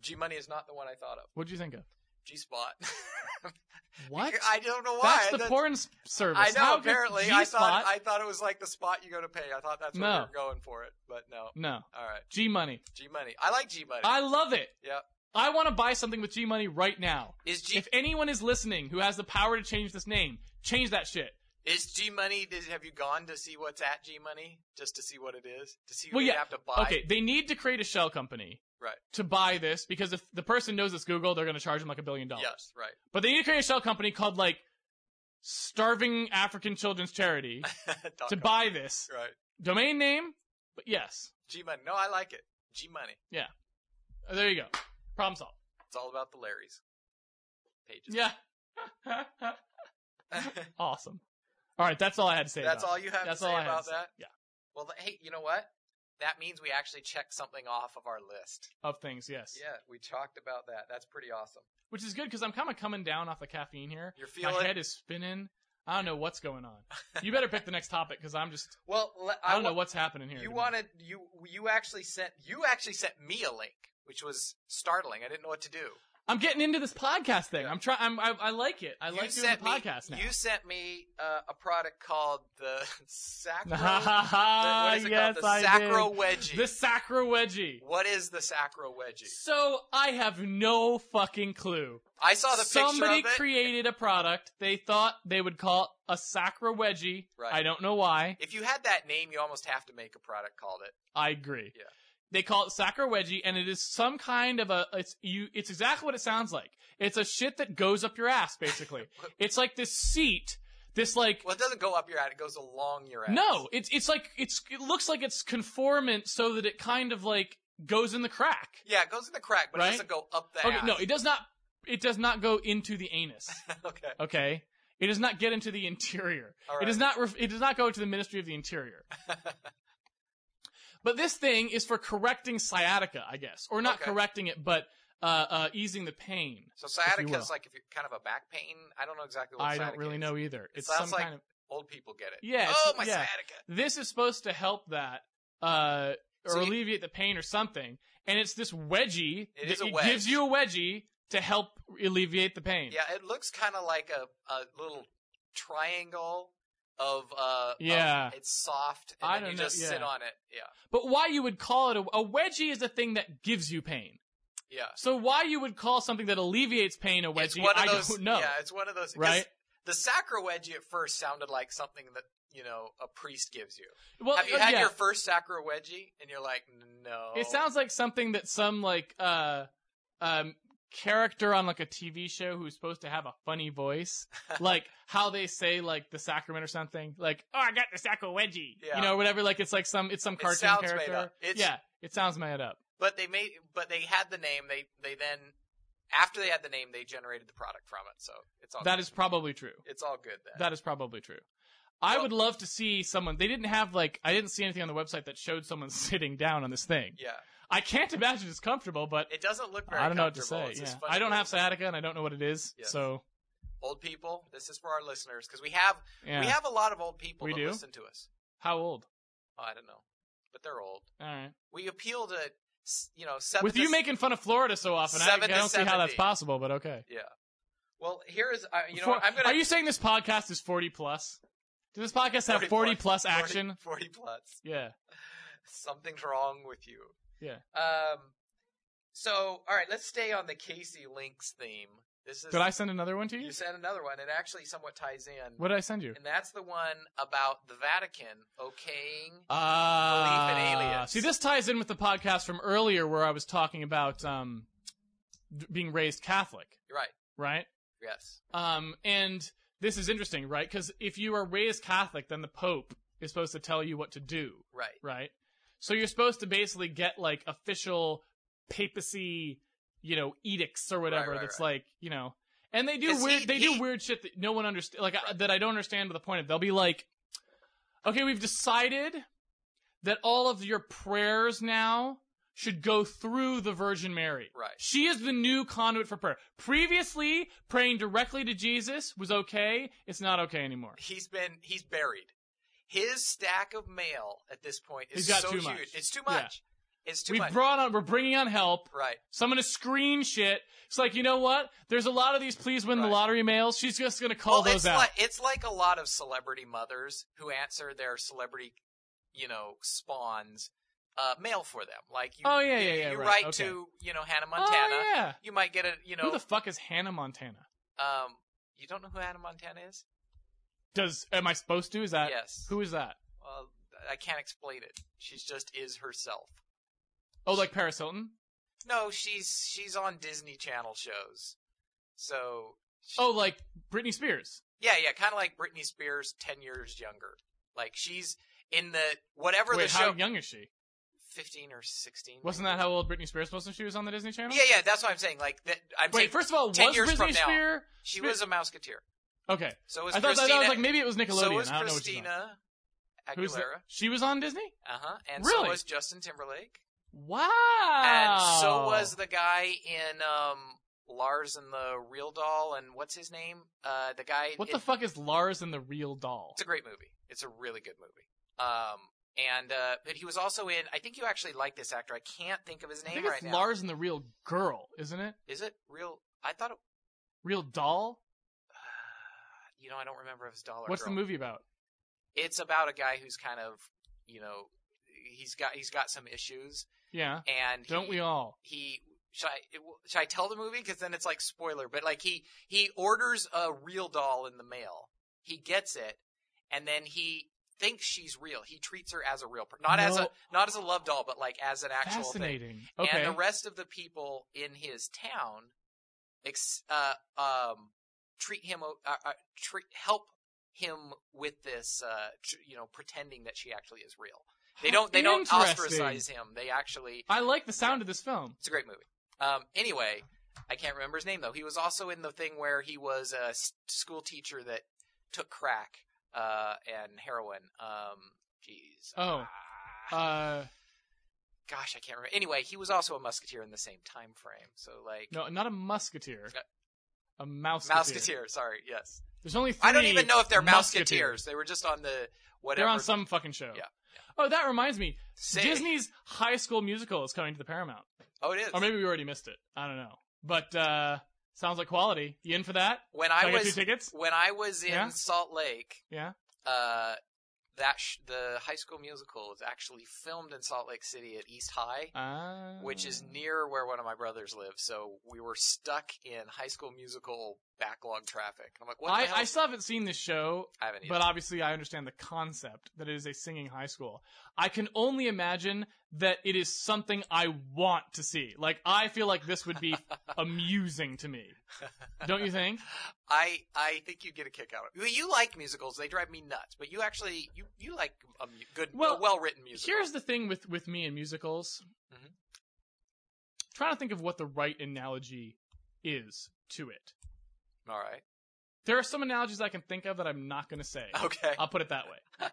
G Money is not the one I thought of. What'd you think of? G Spot. What? I don't know why. That's the That's- porn s- service. I know. How could apparently, I G-Spot- thought I thought it was like the spot you go to pay. I thought that's where No. they were going for it, but no. No. All right, G Money. G Money. I like G Money. I love it. Yeah. I want to buy something with G Money right now. Is G If anyone is listening who has the power to change this name, change that shit. is G Money? Did have you gone to see what's at G Money just to see what it is to see what Well, you yeah. have to buy? Okay, they need to create a shell company Right. to buy this because if the person knows it's Google, they're going to charge them like a billion dollars. Yes. Right. But they need to create a shell company called like Starving African Children's Charity Dot to com. buy this Right. domain name. But yes, G Money. No, I like it. G Money. Uh, there you go. Problem solved. It's all about the Larrys. Pages. Yeah. awesome. All right, that's all I had to say. That's about all you have That's to say all I had about to say. that. Yeah. Well, th- hey, you know what? That means we actually checked something off of our list. it. of things. Yes. Yeah, we talked about that. That's pretty awesome. Which is good because I'm kind of coming down off the caffeine here. You're feeling My head is spinning. I don't know what's going on. You better pick the next topic because I'm just Well, le- I don't wa- know what's happening here. You to me. wanted you you actually sent you actually sent me a link, which was startling. I didn't know what to do. I'm getting into this podcast thing. I'm trying. I'm, I, I like it. I you like doing sent the podcast me, now. You sent me uh, a product called the sacro. Ha ha the- ha! what is it Ah, Yes, called? The I sacro did. wedgie. The sacro wedgie. what is the sacro wedgie? So I have no fucking clue. I saw the Somebody picture of it. created a product they thought they would call it a sacra wedgie. Right. I don't know why. if you had that name, you almost have to make a product called it. I agree. Yeah. They call it sacra wedgie, and it is some kind of a. It's you. It's exactly what it sounds like. It's a shit that goes up your ass, basically. it's like this seat, this like Well, it doesn't go up your ass; it goes along your ass. No, it's it's like it's it looks like it's conformant so that it kind of like goes in the crack. Yeah, it goes in the crack, but Right? it doesn't go up the Okay, ass. no, it does not it does not go into the anus. okay, Okay? It does not get into the interior. all It right. does not ref- it does not go to the Ministry of the Interior. but this thing is for correcting sciatica, I guess. Or not Okay. correcting it, but uh, uh, easing the pain. So sciatica will. is like if you're kind of a back pain. I don't know exactly what I sciatica don't really is. know either. It's sounds some like- kind of Old people get it. Yeah, it's- Oh, my yeah. sciatica. this is supposed to help that uh or So you- alleviate the pain or something and it's this wedgie It that is a wedge. gives you a wedgie to help alleviate the pain Yeah, it looks kind of like a, a little triangle of uh. of- Yeah. it's soft, and I then don't you know, just sit yeah. on it. Yeah, but why you would call it a, a wedgie is a thing that gives you pain yeah. so why you would call something that alleviates pain a it's wedgie one of i those. don't know Yeah, it's one of those. 'cause Right? The sacro wedgie at first sounded like something that you know a priest gives you. well uh, oh, Have you had yeah, your first sacro wedgie and you're like, no? it sounds like something that some like uh um character on like a TV show who's supposed to have a funny voice, like how they say like the sacrament or something, like oh I got the sacco wedgie, Yeah. you know whatever. Like it's like some it's some It cartoon sounds made character. up. It's- yeah, it sounds made up. But they made, but they had the name. They they then after they had the name, they generated the product from it. So it's all That is probably true. it's all good then. That is probably true. I Well- would love to see someone. They didn't have like I didn't see anything on the website that showed someone sitting down on this thing. yeah, I can't imagine it's comfortable, but it doesn't look very. I don't know what to comfortable. say. It's Yeah. just funny I don't that- have sciatica and I don't know what it is, Yes. so old people. This is for our listeners because we have yeah. we have a lot of old people We that do? listen to us. Oh, How old? I don't know, but they're old. All right. We appeal to s- you know seven. With to you s- making fun of Florida so often, I, I Seven to don't see how that's 70. possible, but okay. yeah. Well, here is I you know For- what? I'm gonna Are you saying this podcast is 40 plus? Does this podcast have 40, plus, action? 40 plus. Yeah. Something's wrong with you. Yeah. Um. So, all right, let's stay on the Casey Links theme. This is Did I send another one to you? you sent another one. It actually somewhat ties in, What did I send you? and that's the one about the Vatican okaying. Ah, Belief in aliens. See, this ties in with the podcast from earlier where I was talking about um, d- being raised Catholic, You're right. right? Yes. Um, and this is interesting, right? Because if you are raised Catholic, then the Pope is supposed to tell you what to do, Right. right? So you're supposed to basically get like official papacy, you know, edicts or whatever. right, that's like, you know, and they do 'Cause weird. he- they he- do weird shit that no one understands. Like I, Right. that I don't understand. But the point of they'll be like, okay, we've decided that all of your prayers now should go through the Virgin Mary. Right. She is the new conduit for prayer. Previously, praying directly to Jesus was okay. It's not okay anymore. He's been he's buried. His stack of mail at this point is He's got so too huge. much. It's too Yeah. much. It's too We've much. brought on, we're bringing on help. right. Someone to screen shit. It's like, you know what? There's a lot of these please win Right. the lottery mails. She's just going to call well, those it's out. Like, it's like a lot of celebrity mothers who answer their celebrity, you know, spawns uh, mail for them. Like you, Oh, yeah, you, yeah, yeah, you right, write okay. to you know Hannah Montana. oh, yeah. You might get a you know Who the fuck is Hannah Montana? um you don't know who Hannah Montana is? Does, am I supposed to? Is that, yes. Uh, who is that? Well, I can't explain it. She's just is herself. Oh, like Paris Hilton? No, she's she's on Disney Channel shows. So she- Oh, like Britney Spears. yeah, yeah, kind of like Britney Spears, ten years younger. Like she's in the whatever the Wait, show, how young is she? 15 or 16. Wasn't that how old Britney Spears was when she was on the Disney Channel? Yeah, yeah, that's what I'm saying. Like, that, I'm Wait, saying first of all, was 10 years from Britney now. Spears? she was a Mouseketeer. Okay. So was I thought, I Christina. thought it was like maybe it was Nickelodeon. so was I don't know what she's on. Christina Who's the- Aguilera. she was on Disney. Uh huh. And Really? so was Justin Timberlake. Wow. And Oh. so was the guy in um, Lars and the Real Doll. And what's his name? Uh, the guy. what it- the fuck is Lars and the Real Doll? It's a great movie. It's a really good movie. Um, and uh, but he was also in. I think you actually like this actor. I can't think of his I name think right it's now. Lars and the Real Girl, isn't it? Is it real? I thought. It, Real Doll. you know, I don't remember if it's Dollar. What's Girl. the movie about? it's about a guy who's kind of you know he's got he's got some issues Yeah. and he- Don't we all? he should I it will- should I tell the movie because then it's like spoiler but like he he orders a real doll in the mail he gets it and then he thinks she's real he treats her as a real person not as a No. not as a love doll but like as an actual thing Fascinating. Okay. and the rest of the people in his town ex- uh, um, treat him o- uh, uh, treat, help him with this uh, tr- you know pretending that she actually is real they don't they don't Interesting. ostracize him they actually I like the sound of this film. it's a great movie um, anyway i can't remember his name though he was also in the thing where he was a s- school teacher that took crack uh, and heroin um, jeez Oh. Ah Uh, gosh, I can't remember. Anyway, he was also a musketeer in the same time frame. So like no, not a musketeer. Yeah. A mouse. mouseketeer, sorry, yes. There's only. Three I don't even know if they're musketeers. musketeers. They were just on the whatever They're on some fucking show. Yeah. Oh, that reminds me. Say- Disney's High School Musical is coming to the Paramount. Oh, it is. Or maybe we already missed it. I don't know. But uh sounds like quality. You in for that? when Can I I, get was two tickets? when I was in Yeah? Salt Lake, Yeah. uh that sh- the High School Musical is actually filmed in Salt Lake City at East High, Uh, which is near where one of my brothers lives. So we were stuck in High School Musical backlog traffic. And I'm like, what the I, hell? I still haven't seen this show, I haven't but either. obviously I understand the concept that it is a singing high school. I can only imagine that it is something I want to see. Like I feel like this would be amusing to me. Don't you think? I I think you get a kick out of it. Well, You like musicals; they drive me nuts. But you actually you you like a mu- good, Well, well written music. Here's the thing with with me and musicals. Mhm. Trying to think of what the right analogy is to it. All right. There are some analogies I can think of that I'm not going to say. Okay. I'll put it that way.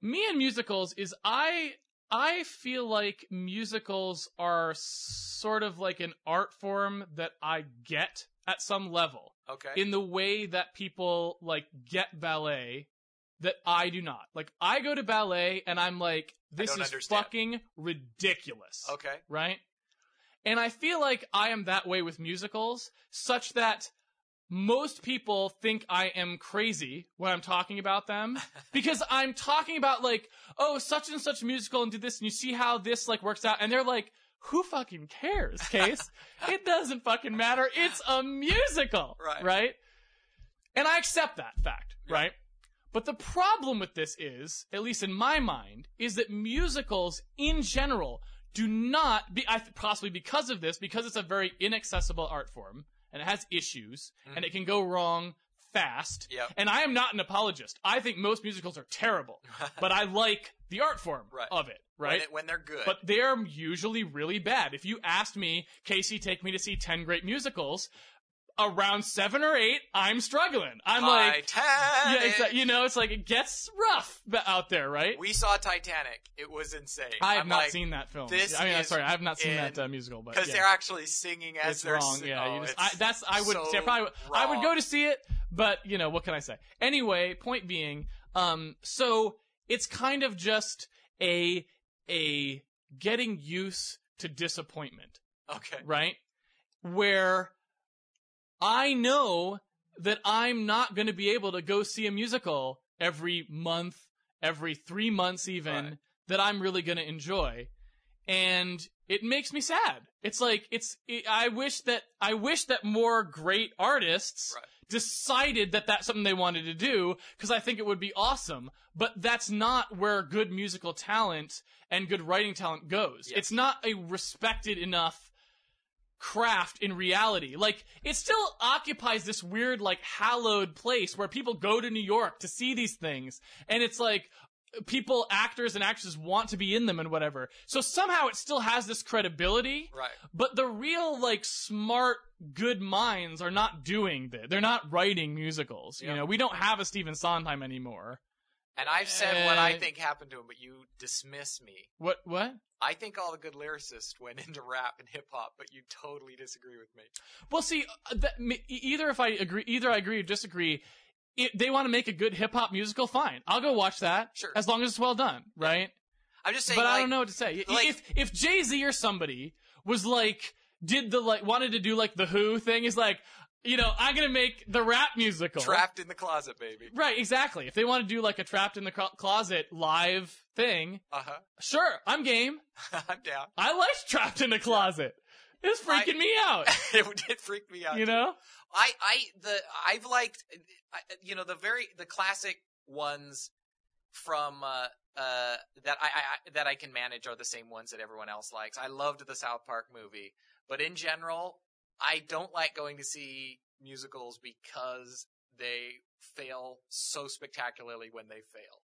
me and musicals is I I feel like musicals are sort of like an art form that I get at some level Okay. in the way that people like get ballet that I do not. Like I go to ballet and I'm like this don't is understand. Oh, fucking ridiculous. okay. Right? And I feel like I am that way with musicals such that most people think I am crazy when I'm talking about them because I'm talking about like, oh, such and such musical and did this and you see how this like works out. And they're like, who fucking cares, Case? it doesn't fucking matter. It's a musical. Right. Right. And I accept that fact. Yeah. Right. But the problem with this is, at least in my mind, is that musicals in general do not be, I th- possibly because of this, because it's a very inaccessible art form and it has issues and it can go wrong fast. Mm-hmm. Yep. And I am not an apologist. I think most musicals are terrible, but I like the art form Right. of it, When, right? it- when they're good. But they're usually really bad. If you asked me, Casey, take me to see 10 great musicals, around seven or eight, I'm struggling. I'm like, yeah, Titanic. exactly. You know, it's like it gets rough b- out there, right? We saw Titanic. It was insane. I have I'm not like, seen that film. this I mean, I'm is sorry, I have not seen that in- uh, musical, but because yeah, they're actually singing as it's they're wrong. sing- yeah, oh, you just, I, it's- that's I would so I probably would- I would wrong. go to see it, but you know what can I say? Anyway, point being, um, so it's kind of just a a getting used to disappointment okay. right? Where I know that I'm not going to be able to go see a musical every month, every three months, even Right. that I'm really going to enjoy. And it makes me sad. It's like, it's, it, I wish that, I wish that more great artists Right. decided that that's something they wanted to do because I think it would be awesome. But that's not where good musical talent and good writing talent goes. Yes. It's not a respected enough craft in reality. Like it still occupies this weird like hallowed place where people go to New York to see these things and it's like people actors and actresses want to be in them and whatever. So somehow it still has this credibility, Right. but the real like smart good minds are not doing that. They're not writing musicals. Yeah. You know, we don't have a Stephen Sondheim anymore. And I've said what I Uh, think happened to him, but you dismiss me. What what? I think all the good lyricists went into rap and hip hop, but you totally disagree with me. Well, see, uh, that, m- e- either if I agree, either I agree or disagree. It, they want to make a good hip hop musical, fine. I'll go watch that. Sure. As long as it's well done, right? I'm just saying. but I like, don't know what to say. like- if if Jay Z or somebody was like, did the like wanted to do like the Who thing, is like, you know, I'm gonna make the rap musical. Trapped in the closet, baby. Right, exactly. If they want to do like a trapped in the Clo- closet live thing, Uh huh. sure, I'm game. I'm down. I like trapped in the closet. It's freaking me out. it did freak me out. You know? I, I, the, I've liked, I, you know, the very, the classic ones from, uh, uh, that I, I, I- that I can manage are the same ones that everyone else likes. I loved the South Park movie, but in general, I don't like going to see musicals because they fail so spectacularly when they fail.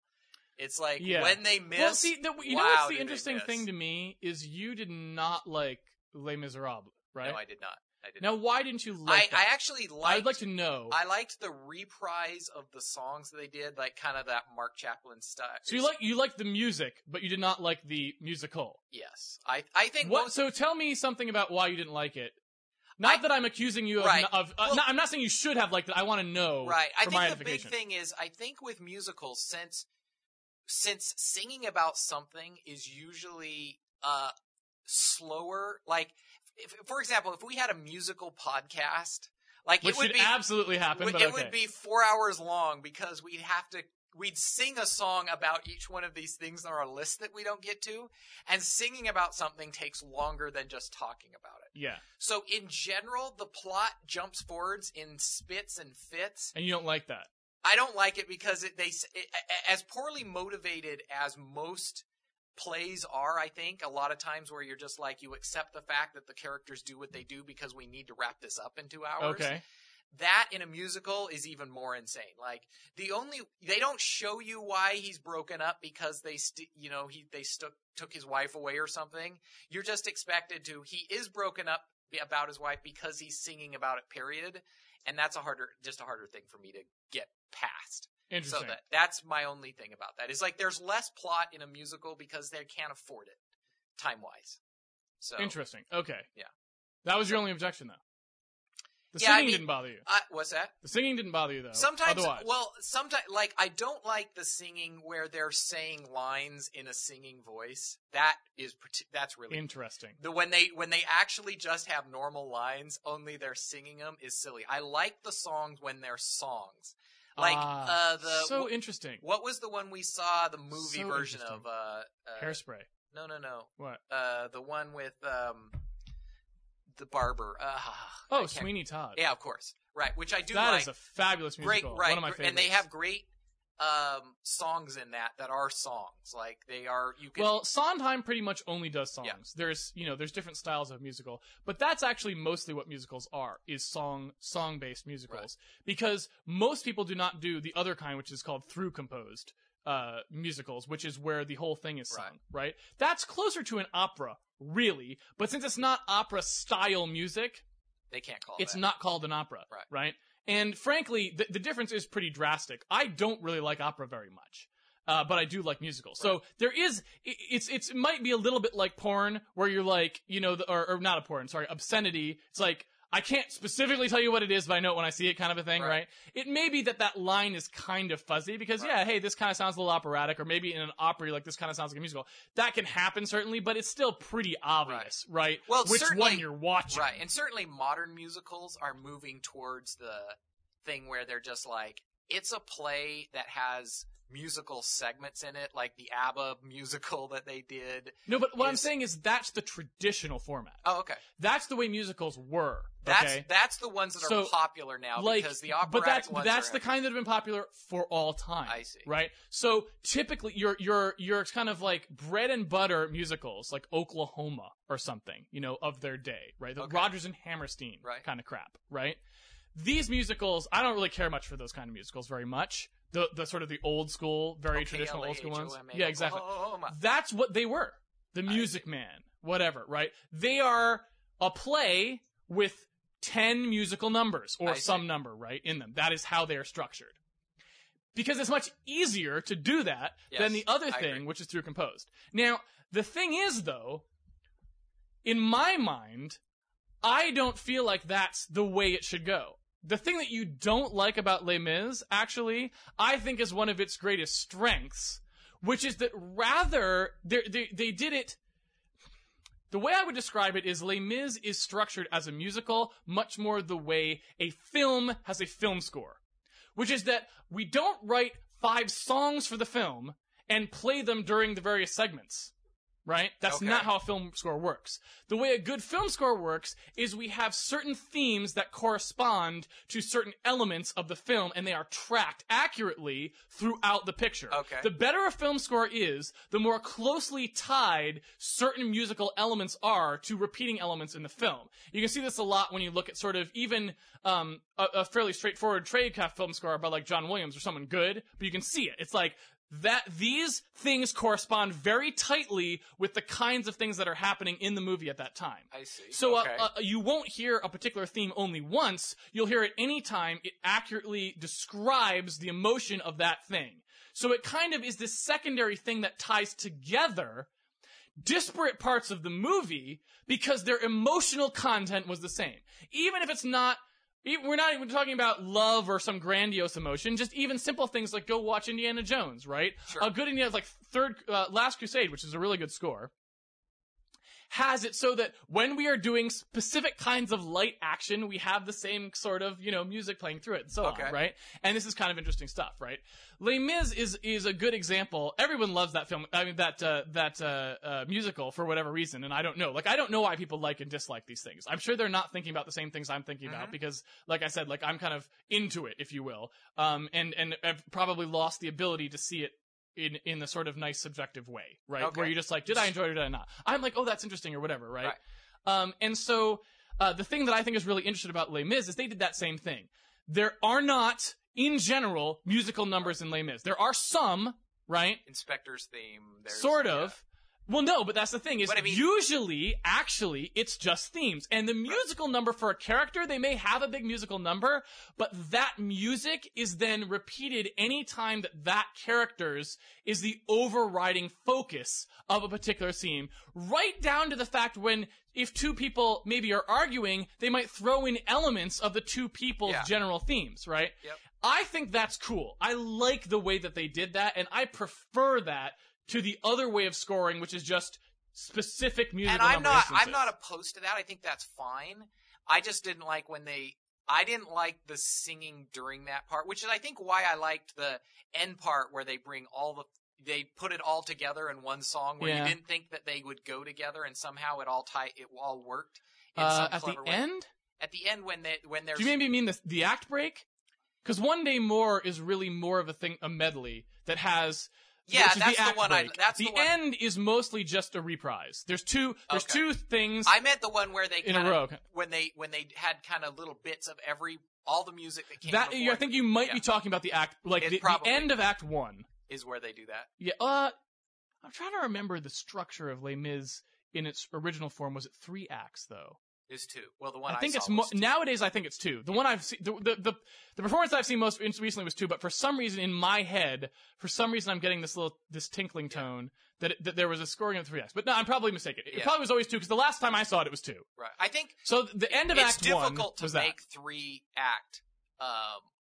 It's like Yeah. when they miss. Well, see, the, you know wow, what's do the they interesting miss. thing to me is you did not like Les Miserables, right? No, I did not. I did now, not. why didn't you I, like I that? actually I liked would like to know. I liked the reprise of the songs that they did, like kind of that Mark Chaplin style. so you like you like the music, but you did not like the musical. Yes, I I think What? most- So tell me something about why you didn't like it. Not I- that I'm accusing you of. Right. of uh, Well- no, I'm not saying you should have liked it. I want to know. right. I for my think the big edification. thing is I think with musicals, since since singing about something is usually uh slower, like if, for example, if we had a musical podcast, like which it would should be absolutely happen. would- but it okay. would be four hours long because we'd have to we'd sing a song about each one of these things on our list that we don't get to, and singing about something takes longer than just talking about it. Yeah. So in general, the plot jumps forwards in spits and fits. And you don't like that. I don't like it because it, they s- it- a- as poorly motivated as most plays are. I think a lot of times where you're just like you accept the fact that the characters do what they do because we need to wrap this up in two hours Okay. that in a musical is even more insane. Like the only they don't show you why he's broken up because they st- you know he they stuck took his wife away or something. You're just expected to he is broken up be- about his wife because he's singing about it period and that's a harder just a harder thing for me to get past. So Interesting. that that's my only thing about that. It's like there's less plot in a musical because they can't afford it time-wise. So Interesting. Okay. Yeah. That was your only objection, though. The Yeah, I singing mean- didn't bother you. uh, what's that? The singing didn't bother you, though. Sometimes, Otherwise. well, sometimes, like, I don't like the singing where they're saying lines in a singing voice. That is, parti- that's really, Interesting. the, when they, when they actually just have normal lines, only they're singing them is silly. I like the songs when they're songs. Like, Ah, uh, the, so wh- interesting. what was the one we saw the movie So version interesting. of, uh, uh Hairspray. no, no, no, What? uh, the one with, um, the barber. Uh, Oh, Sweeney Todd. Yeah, of course. Right. Which I do That like. is a fabulous great musical. right One of my gr- favorites. and they have great um songs in that that are songs like they are you can Well, Sondheim pretty much only does songs. Yeah. There's, you know, there's different styles of musical, but that's actually mostly what musicals are is song song based musicals because most people do not do the other kind, which is called through composed uh, musicals, which is where the whole thing is sung. Right. right? That's closer to an opera, really, but since it's not opera style music, they can't call it's that. not called an opera, Right. And frankly, the, the difference is pretty drastic. I don't really like opera very much, uh, but I do like musicals. So there is, i- it's it's it might be a little bit like porn, where you're like, you know, the, or, or not a porn, sorry, obscenity. It's like I can't specifically tell you what it is, but I know it when I see it, kind of a thing, Right. right? It may be that that line is kind of fuzzy because Right. yeah, hey, this kind of sounds a little operatic, or maybe in an opera, you're like this kind of sounds like a musical. That can happen certainly, but it's still pretty obvious, right? Well, which certainly- one you're watching, right and certainly modern musicals are moving towards the thing where they're just like it's a play that has musical segments in it like the abba musical that they did No, but what I'm is- saying is that's the traditional format. oh okay That's the way musicals were. that's okay? that's the ones that are So, popular now like, because the operatic but that's ones that's are the kind that have been popular for all time. I see. Right. So typically, your your your kind of like bread and butter musicals, like Oklahoma or something, you know, of their day, right? The Okay. Rodgers and Hammerstein Right. kind of crap, right? These musicals, I don't really care much for those kind of musicals very much. The the sort of the old school, very traditional old school ones. K-L-A-H-O-M-A, Yeah, exactly. Oklahoma. That's what they were. The I Music Man, whatever, right? They are a play with 10 musical numbers I or see. some number, right, in them. That is how they are structured. Because it's much easier to do that Yes, than the other I thing, agree. which is through composed. Now, the thing is, though, in my mind, I don't feel like that's the way it should go. The thing that you don't like about Les Mis, actually, I think is one of its greatest strengths, which is that rather they they, they did it. The way I would describe it is Les Mis is structured as a musical, much more the way a film has a film score, which is that we don't write five songs for the film and play them during the various segments. Right? That's Okay. not how a film score works. The way a good film score works is we have certain themes that correspond to certain elements of the film and they are tracked accurately throughout the picture. Okay. The better a film score is, the more closely tied certain musical elements are to repeating elements in the film. You can see this a lot when you look at sort of even um, a, a fairly straightforward trade craft film score by like John Williams or someone good, but you can see it. It's like that these things correspond very tightly with the kinds of things that are happening in the movie at that time. I see. So Okay. uh, uh, you won't hear a particular theme only once. You'll hear it any time it accurately describes the emotion of that thing. So it kind of is this secondary thing that ties together disparate parts of the movie because their emotional content was the same. Even if it's not even- we're not even talking about love or some grandiose emotion, just even simple things like go watch Indiana Jones, right? Sure. A good Indiana like third uh, Last Crusade, which is a really good score has it so that when we are doing specific kinds of light action, we have the same sort of, you know, music playing through it and so Okay. on, right? And this is kind of interesting stuff, right? Les Mis is, is a good example. Everyone loves that film, I mean, that, uh, that, uh, uh, musical for whatever reason. And I don't know. Like, I don't know why people like and dislike these things. I'm sure they're not thinking about the same things I'm thinking about Mhm. because, like I said, like I'm kind of into it, if you will. Um, and, and I've probably lost the ability to see it in in the sort of nice subjective way, right? Okay. Where you're just like, did I enjoy it or did I not? I'm like, oh, that's interesting or whatever, right? Right. Um, and so uh, the thing that I think is really interesting about Les Mis is they did that same thing. There are not, in general, musical numbers in Les Mis. There are some, right? Inspector's theme. There's, sort yeah. of. Well, no, but that's the thing is But I mean- usually, actually, it's just themes. And the musical number for a character, they may have a big musical number, but that music is then repeated any time that that character's is the overriding focus of a particular scene, right down to the fact when if two people maybe are arguing, they might throw in elements of the two people's Yeah. general themes, right? Yep. I think that's cool. I like the way that they did that, and I prefer that to the other way of scoring, which is just specific music. and I'm not I'm not opposed to that. I think that's fine. I just didn't like when they I didn't like the singing during that part, which is I think why I liked the end part where they bring all the they put it all together in one song where Yeah. you didn't think that they would go together and somehow it all tie it all worked in uh, some at the clever way. end. At the end when they when there's Do you maybe mean the the act break? Because one day more is really more of a thing, a medley that has. Yeah, which is that's the, the, act one I break. that's the, the, one end is mostly just a reprise. There's two. There's Okay. two things I meant the one where they in a kinda- row. when they when they had kind of little bits of every all the music that came That before I think you might be Yeah. talking about the act, like It the, the probably- end of Act One. is where they do that. Yeah. Uh, I'm trying to remember the structure of Les Mis in its original form. Was it three acts though? Is two. Well, the one I think saw it's was mo- two. nowadays. I think it's two. The one I've seen, the, the the the performance I've seen most recently was two. But for some reason, in my head, for some reason, I'm getting this little this tinkling Yeah. tone that it, that there was a scoring of three acts. But no, I'm probably mistaken. It Yeah. probably was always two because the last time I saw it, it was two. Right. I think So th- the end of it's Act one difficult to was that. make three act um,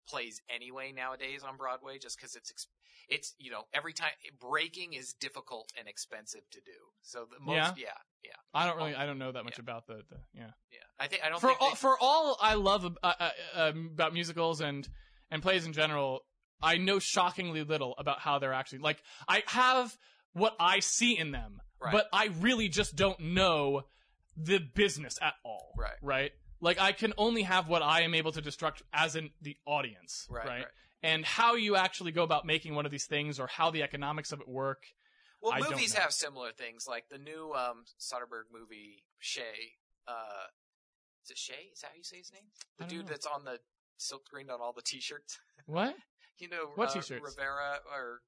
plays anyway nowadays on Broadway, just because it's ex- it's you know every time breaking is difficult and expensive to do. So the most, yeah, Yeah. yeah, yeah. I don't really, I don't know that much Yeah. about the, the yeah. I think I don't for think all, they- for all I love ab- uh, uh, um, about musicals and and plays in general, I know shockingly little about how they're actually like. I have what I see in them, Right. but I really just don't know the business at all. Right. right. Like I can only have what I am able to destruct as in the audience, right, right. And how you actually go about making one of these things, or how the economics of it work. Well, I don't movies know. have similar things, like the new um, Soderbergh movie Shay. Uh, is it Shay? Is that how you say his name? The I don't dude know. that's on the silk screen on all the T-shirts. What? You know, What uh, t-shirts? Rivera or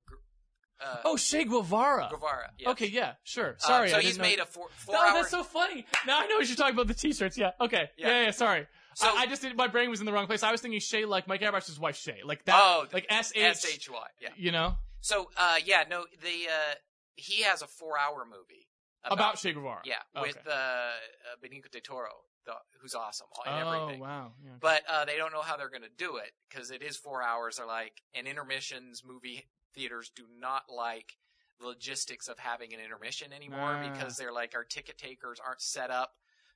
uh, Oh, Che Guevara. Guevara. Yes. Okay, yeah, sure. Uh, Sorry, so I didn't he's know- made a four, four oh, hour. that's so funny. Now I know what you're talking about the t-shirts. Yeah. Okay. Yeah. Yeah. Yeah. sorry. So- I, I just did, my brain was in the wrong place. I was thinking Shay like Mike Abrash's wife Shay, like that, oh, like S S H. H Y. Yeah. You know So, uh, yeah, no, the uh, he has a four hour movie about, Che Guevara. yeah Okay. with uh, uh, Benicio del Toro, the, who's awesome and Oh everything. wow. Yeah. But uh, they don't know how they're going to do it because it is four hours. Are like and intermissions. Movie theaters do not like the logistics of having an intermission anymore Ah. because they're like our ticket takers aren't set up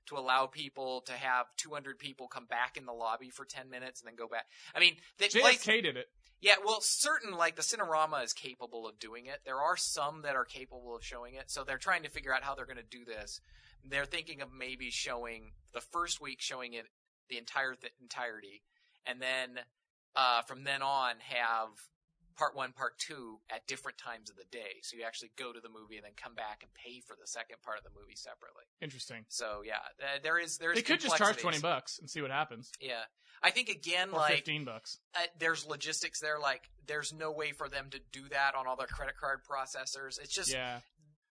to allow people to have 200 people come back in the lobby for 10 minutes and then go back. I mean, they JFK place, did it. yeah, well, certain like the Cinerama is capable of doing it. There are some that are capable of showing it, so they're trying to figure out how they're going to do this. They're thinking of maybe showing the first week, showing it the entire th- entirety, and then uh, from then on have part one, part two at different times of the day. So you actually go to the movie and then come back and pay for the second part of the movie separately. Interesting. So yeah, th- there is there is They could just charge complexities. twenty bucks and see what happens, Yeah, I think again or like fifteen bucks. uh, there's logistics there. Like, there's no way for them to do that on all their credit card processors. It's just Yeah.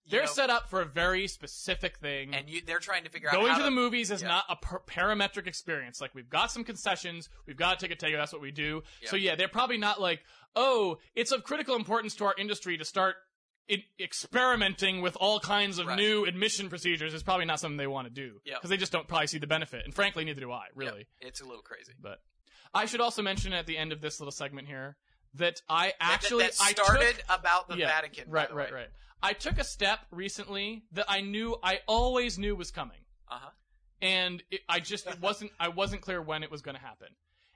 you They're know, set up for a very specific thing. and you, they're trying to figure out Going how to the movies is yeah. not a per- parametric experience. Like we've got some concessions, we've got a ticket taker. That's what we do. Yeah. So yeah, they're probably not like, oh, it's of critical importance to our industry to start i experimenting with all kinds of Right. new admission procedures. Is probably not something they want to do Yeah. they just don't probably see the benefit. And frankly, neither do I. Yeah, Really, it's a little crazy. but I should also mention at the end of this little segment here that I actually that, that started I took, about the Yeah, Vatican. by right, the right, way. right. I took a step recently that I knew I always knew was coming. Uh-huh. And it, I just it wasn't I wasn't clear when it was going to happen.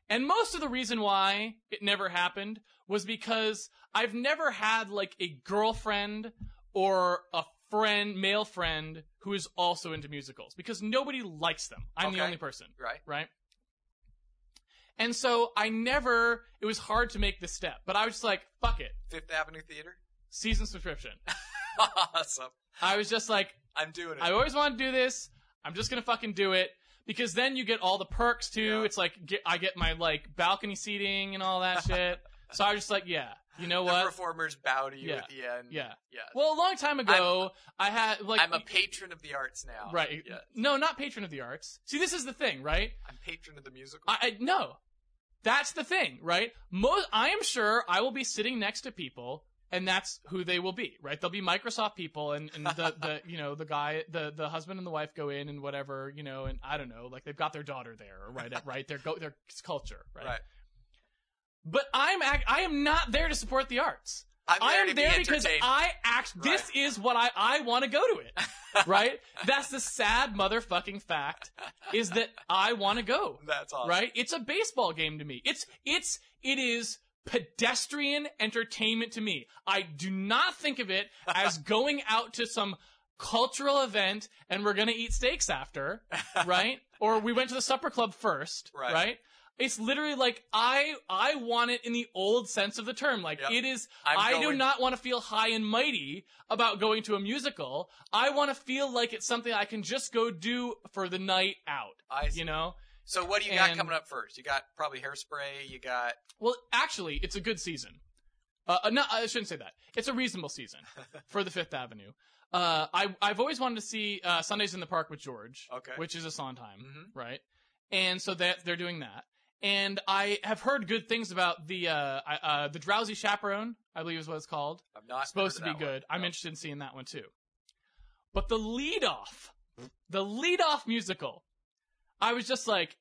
And most of the reason why it never happened was because I've never had like a girlfriend or a friend, male friend who is also into musicals because nobody likes them. I'm the Okay. only person right. right? And so I never, it was hard to make this step, but I was just like, fuck it, Fifth Avenue Theater. season subscription. awesome. I was just like, I'm doing it. I always wanted to do this. I'm just gonna fucking do it because then you get all the perks too. Yeah. It's like get, I get my like balcony seating and all that shit. so I was just like, yeah, you know the what? performers bow to you Yeah, at the end. yeah. Yes. Well, a long time ago, i had like I'm a patron of the arts now. right. Yeah. No, not patron of the arts. See, this is the thing, right? I'm patron of the musical. I, I no. That's the thing, right? Most I am sure I will be sitting next to people and that's who they will be, right? They'll be Microsoft people and, and the, the you know, the guy the the husband and the wife go in and whatever, you know, and I don't know, like they've got their daughter there or right up right their go their culture, right? Right. But I'm ac- I am not there to support the arts. I'm I there, am to there be because entertained. I act this is what I I want to go to it. Right? That's the sad motherfucking fact is that I want to go That's awesome. right? It's a baseball game to me. It's it's it is pedestrian entertainment to me. I do not think of it as going out to some cultural event and we're going to eat steaks after, right? or we went to the supper club first, Right. right? It's literally like I I want it in the old sense of the term. Like Yep. it is I'm I do going- not want to feel high and mighty about going to a musical. I want to feel like it's something I can just go do for the night out, I see. you know? so what do you got and- coming up first? You got probably hairspray. You got Well, actually, it's a good season. Uh, uh, no, I shouldn't say that. It's a reasonable season for the Fifth Avenue. Uh, I I've always wanted to see uh, Sundays in the Park with George, Okay. which is a Sondheim, Mhm. right? And so that they're doing that. And I have heard good things about the uh, I- uh, the Drowsy Chaperone, I believe is what it's called. I'm not supposed to heard be of that one. good. I'm No. interested in seeing that one too. But the lead off, the lead off musical, I was just like,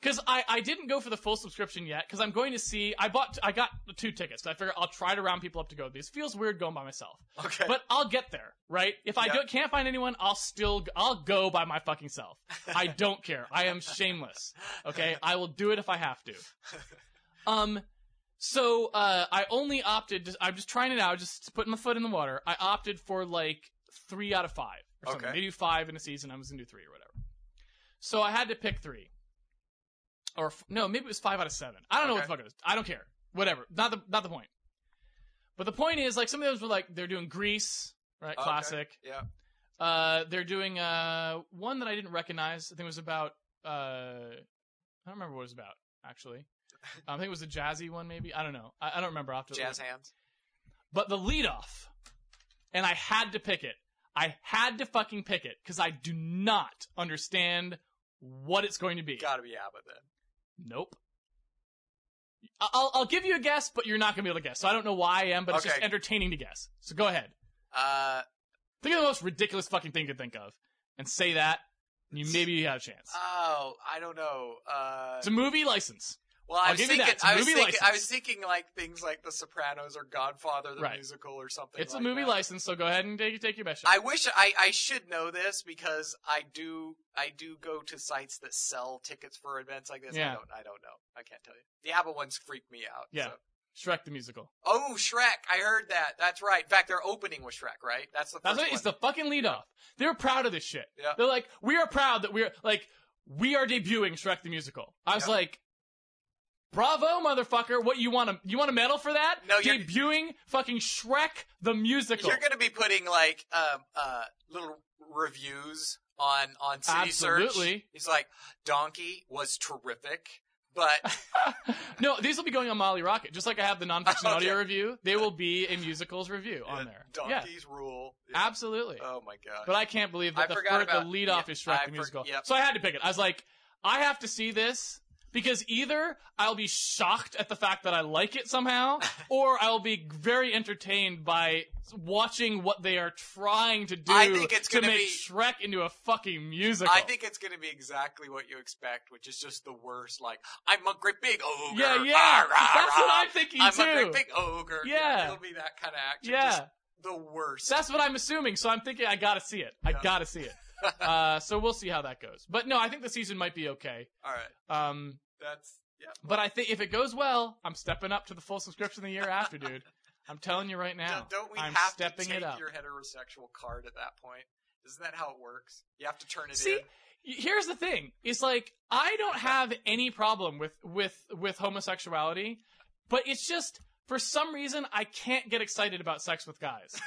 because I, I didn't go for the full subscription yet because I'm going to see. I bought I got two tickets. 'cause I figure I'll try to round people up to go. to These feels weird going by myself, Okay. but I'll get there, right? If I Yeah. don't, can't find anyone, I'll still g- I'll go by my fucking self. I don't care. I am shameless. Okay, I will do it if I have to. Um, so uh, I only opted. Just, I'm just trying it out, just putting my foot in the water. I opted for like three out of five. Or something. Okay. They do five in a season. I was gonna do three or whatever. So I had to pick three, or f- no, maybe it was five out of seven. I don't know what Okay. the fuck it is. I don't care. Whatever. Not the not the point. But the point is, like some of those were like they're doing Grease, right? Okay. Classic. Yeah. Uh, they're doing uh one that I didn't recognize. I think it was about uh, I don't remember what it was about actually. I think it was a jazzy one, maybe. I don't know. I, I don't remember. I'll have to Jazz hands. But the lead off, and I had to pick it. I had to fucking pick it because I do not understand what it's going to be. Got to be Abba then. Nope. I- I'll I'll give you a guess, but you're not gonna be able to guess. So I don't know why I am, but it's just Okay. entertaining to guess. So go ahead. Uh, Think of the most ridiculous fucking thing you could think of, and say that, and you maybe you have a chance. oh, I don't know. Uh, It's a movie license. well, I I'll was give you thinking. that. It's a I was movie thinking. I license. was thinking like things like The Sopranos or Godfather the Right. musical or something. It's a like movie that. license, so go ahead and take, take your best shot. I wish I, I should know this because I do I do go to sites that sell tickets for events like this. I Yeah. don't I don't know. I can't tell you. The ABBA ones freak me out. Yeah. so. Shrek the musical. Oh, Shrek! I heard that. That's right. In fact, their opening was Shrek, right? That's the first That's what, one. it's the fucking lead off. They're proud of this shit. Yeah. They're like, we are proud that we're like, we are debuting Shrek the musical. I was Yeah. like, bravo, motherfucker! What you want to you want a medal for that? No, you're- debuting fucking Shrek the musical. You're going to be putting like um uh little reviews on on City Search. Absolutely. He's like, Donkey was terrific, but no, these will be going on Molly Rocket, just like I have the nonfiction Okay. audio review. They will be a musicals review on there. yeah, Donkey's rule. Yeah. absolutely. Oh my god. But I can't believe I that the, forgot fir- about- the lead off yeah, is Shrek I the for- musical. yep. So I had to pick it. I was like, I have to see this. because either I'll be shocked at the fact that I like it somehow, or I'll be very entertained by watching what they are trying to do I think it's to gonna make be- Shrek into a fucking musical. I think it's going to be exactly what you expect, which is just the worst. Like I'm a great big ogre. yeah, yeah, Arr, arr, that's what arr. I'm thinking I'm too. a great big ogre. Yeah. it'll be that kind of action. yeah, Just the worst. that's what I'm assuming. So I'm thinking I gotta see it. I Yeah. gotta see it. Uh, so we'll see how that goes. But no, I think the season might be okay. All right, Um, that's yeah. but I think if it goes well, I'm stepping up to the full subscription the year after, dude. I'm telling you right now. Don't- Don't we I'm have stepping to take it up. your heterosexual card at that point? Isn't that how it works? You have to turn it See, in. Y- here's the thing is like i don't have any problem with with with homosexuality but it's just for some reason i can't get excited about sex with guys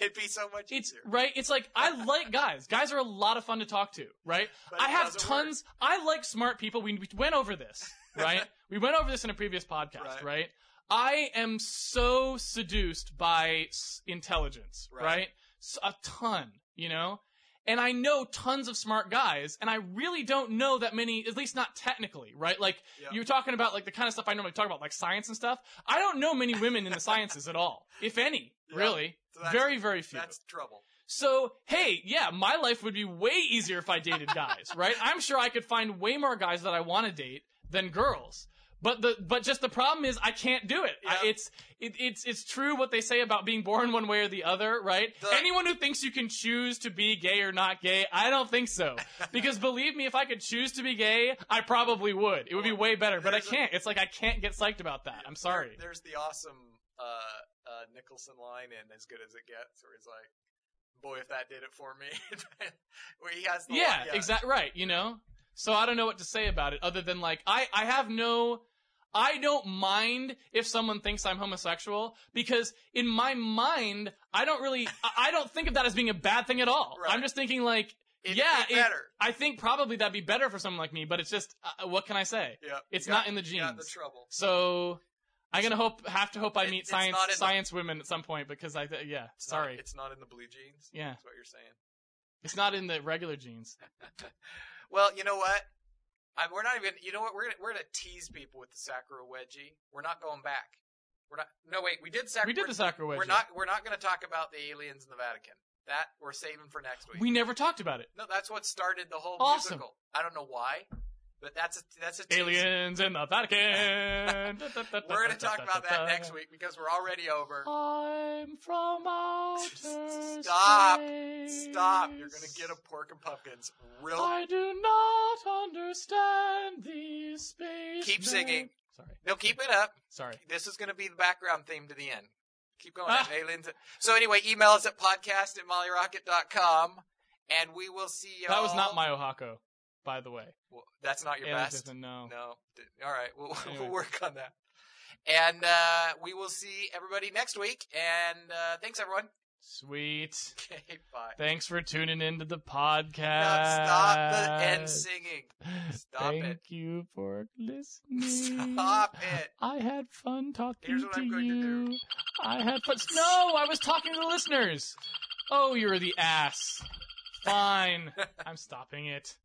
It'd be so much it's easier. right it's like i like guys guys are a lot of fun to talk to right but i it have doesn't work. tons i like smart people we, we went over this right we went over this in a previous podcast Right. right, i am so seduced by s- intelligence Right. right, S- a ton you know and i know tons of smart guys and i really don't know that many at least not technically right like Yeah. you're talking about like the kind of stuff i normally talk about like science and stuff i don't know many women in the sciences at all if any Yeah. really So that's- very very few That's the trouble. so, hey, yeah, my life would be way easier if I dated guys, right? I'm sure I could find way more guys that I want to date than girls. But the but just the problem is I can't do it. I- Yeah. it's it, it's it's true what they say about being born one way or the other, right? The- Anyone who thinks you can choose to be gay or not gay, I don't think so. Because believe me, if I could choose to be gay, I probably would. It would be way better, but I There's a- can't. It's like I can't get psyched about that. I'm sorry. There- there's the awesome uh, uh, Nicholson line in "As Good as It Gets," where he's like, "Boy, if that did it for me," where he has the yeah, line- exactly right you know so i don't know what to say about it other than like i i have no i don't mind if someone thinks i'm homosexual because in my mind i don't really i I don't think of that as being a bad thing at all. Right. i'm just thinking like It'd yeah be it- better. i think probably that'd be better for someone like me but it's just uh, what can i say yeah, it's you not got- in the you genes got the trouble. so i'm gonna hope have to hope i It- meet it's science not in the- science women at some point because i th- yeah It's not- sorry it's not in the blue jeans. yeah That's what you're saying. it's not in the regular genes Well, you know what? I, we're not even. You know what? We're gonna we're gonna tease people with the sacro wedgie. We're not going back. We're not. No, wait. We did sacro. we did the sacrilege We're not. We're not gonna talk about the aliens in the Vatican. That we're saving for next week. we never talked about it no, that's what started the whole Awesome. musical. I don't know why, but that's a that's a tease. Aliens in the Vatican. We're gonna talk about that next week because we're already over. I'm from outer Stop. space. Stop. You're gonna get a pork and pumpkins real. I do not understand these space. Keep singing. Sorry, no, keep it up. sorry. This is going to be the background theme to the end. Keep going, Ah. aliens. So anyway, email us at podcast at mollyrocket.com, and we will see you That was not my Oaxaco, by the way. that's not your Aliens best? isn't, no. No. D- All right. We'll, Anyway. we'll work on that. And uh, we will see everybody next week. And uh, thanks, everyone. Sweet. Okay, bye. Thanks for tuning into the No, podcast. stop the end singing. Stop Thank it. you for listening. Stop it. I had fun talking Here's what to I'm going to you. do. I had fun. No, I was talking to the listeners. Oh, you're the ass. Fine. I'm stopping it.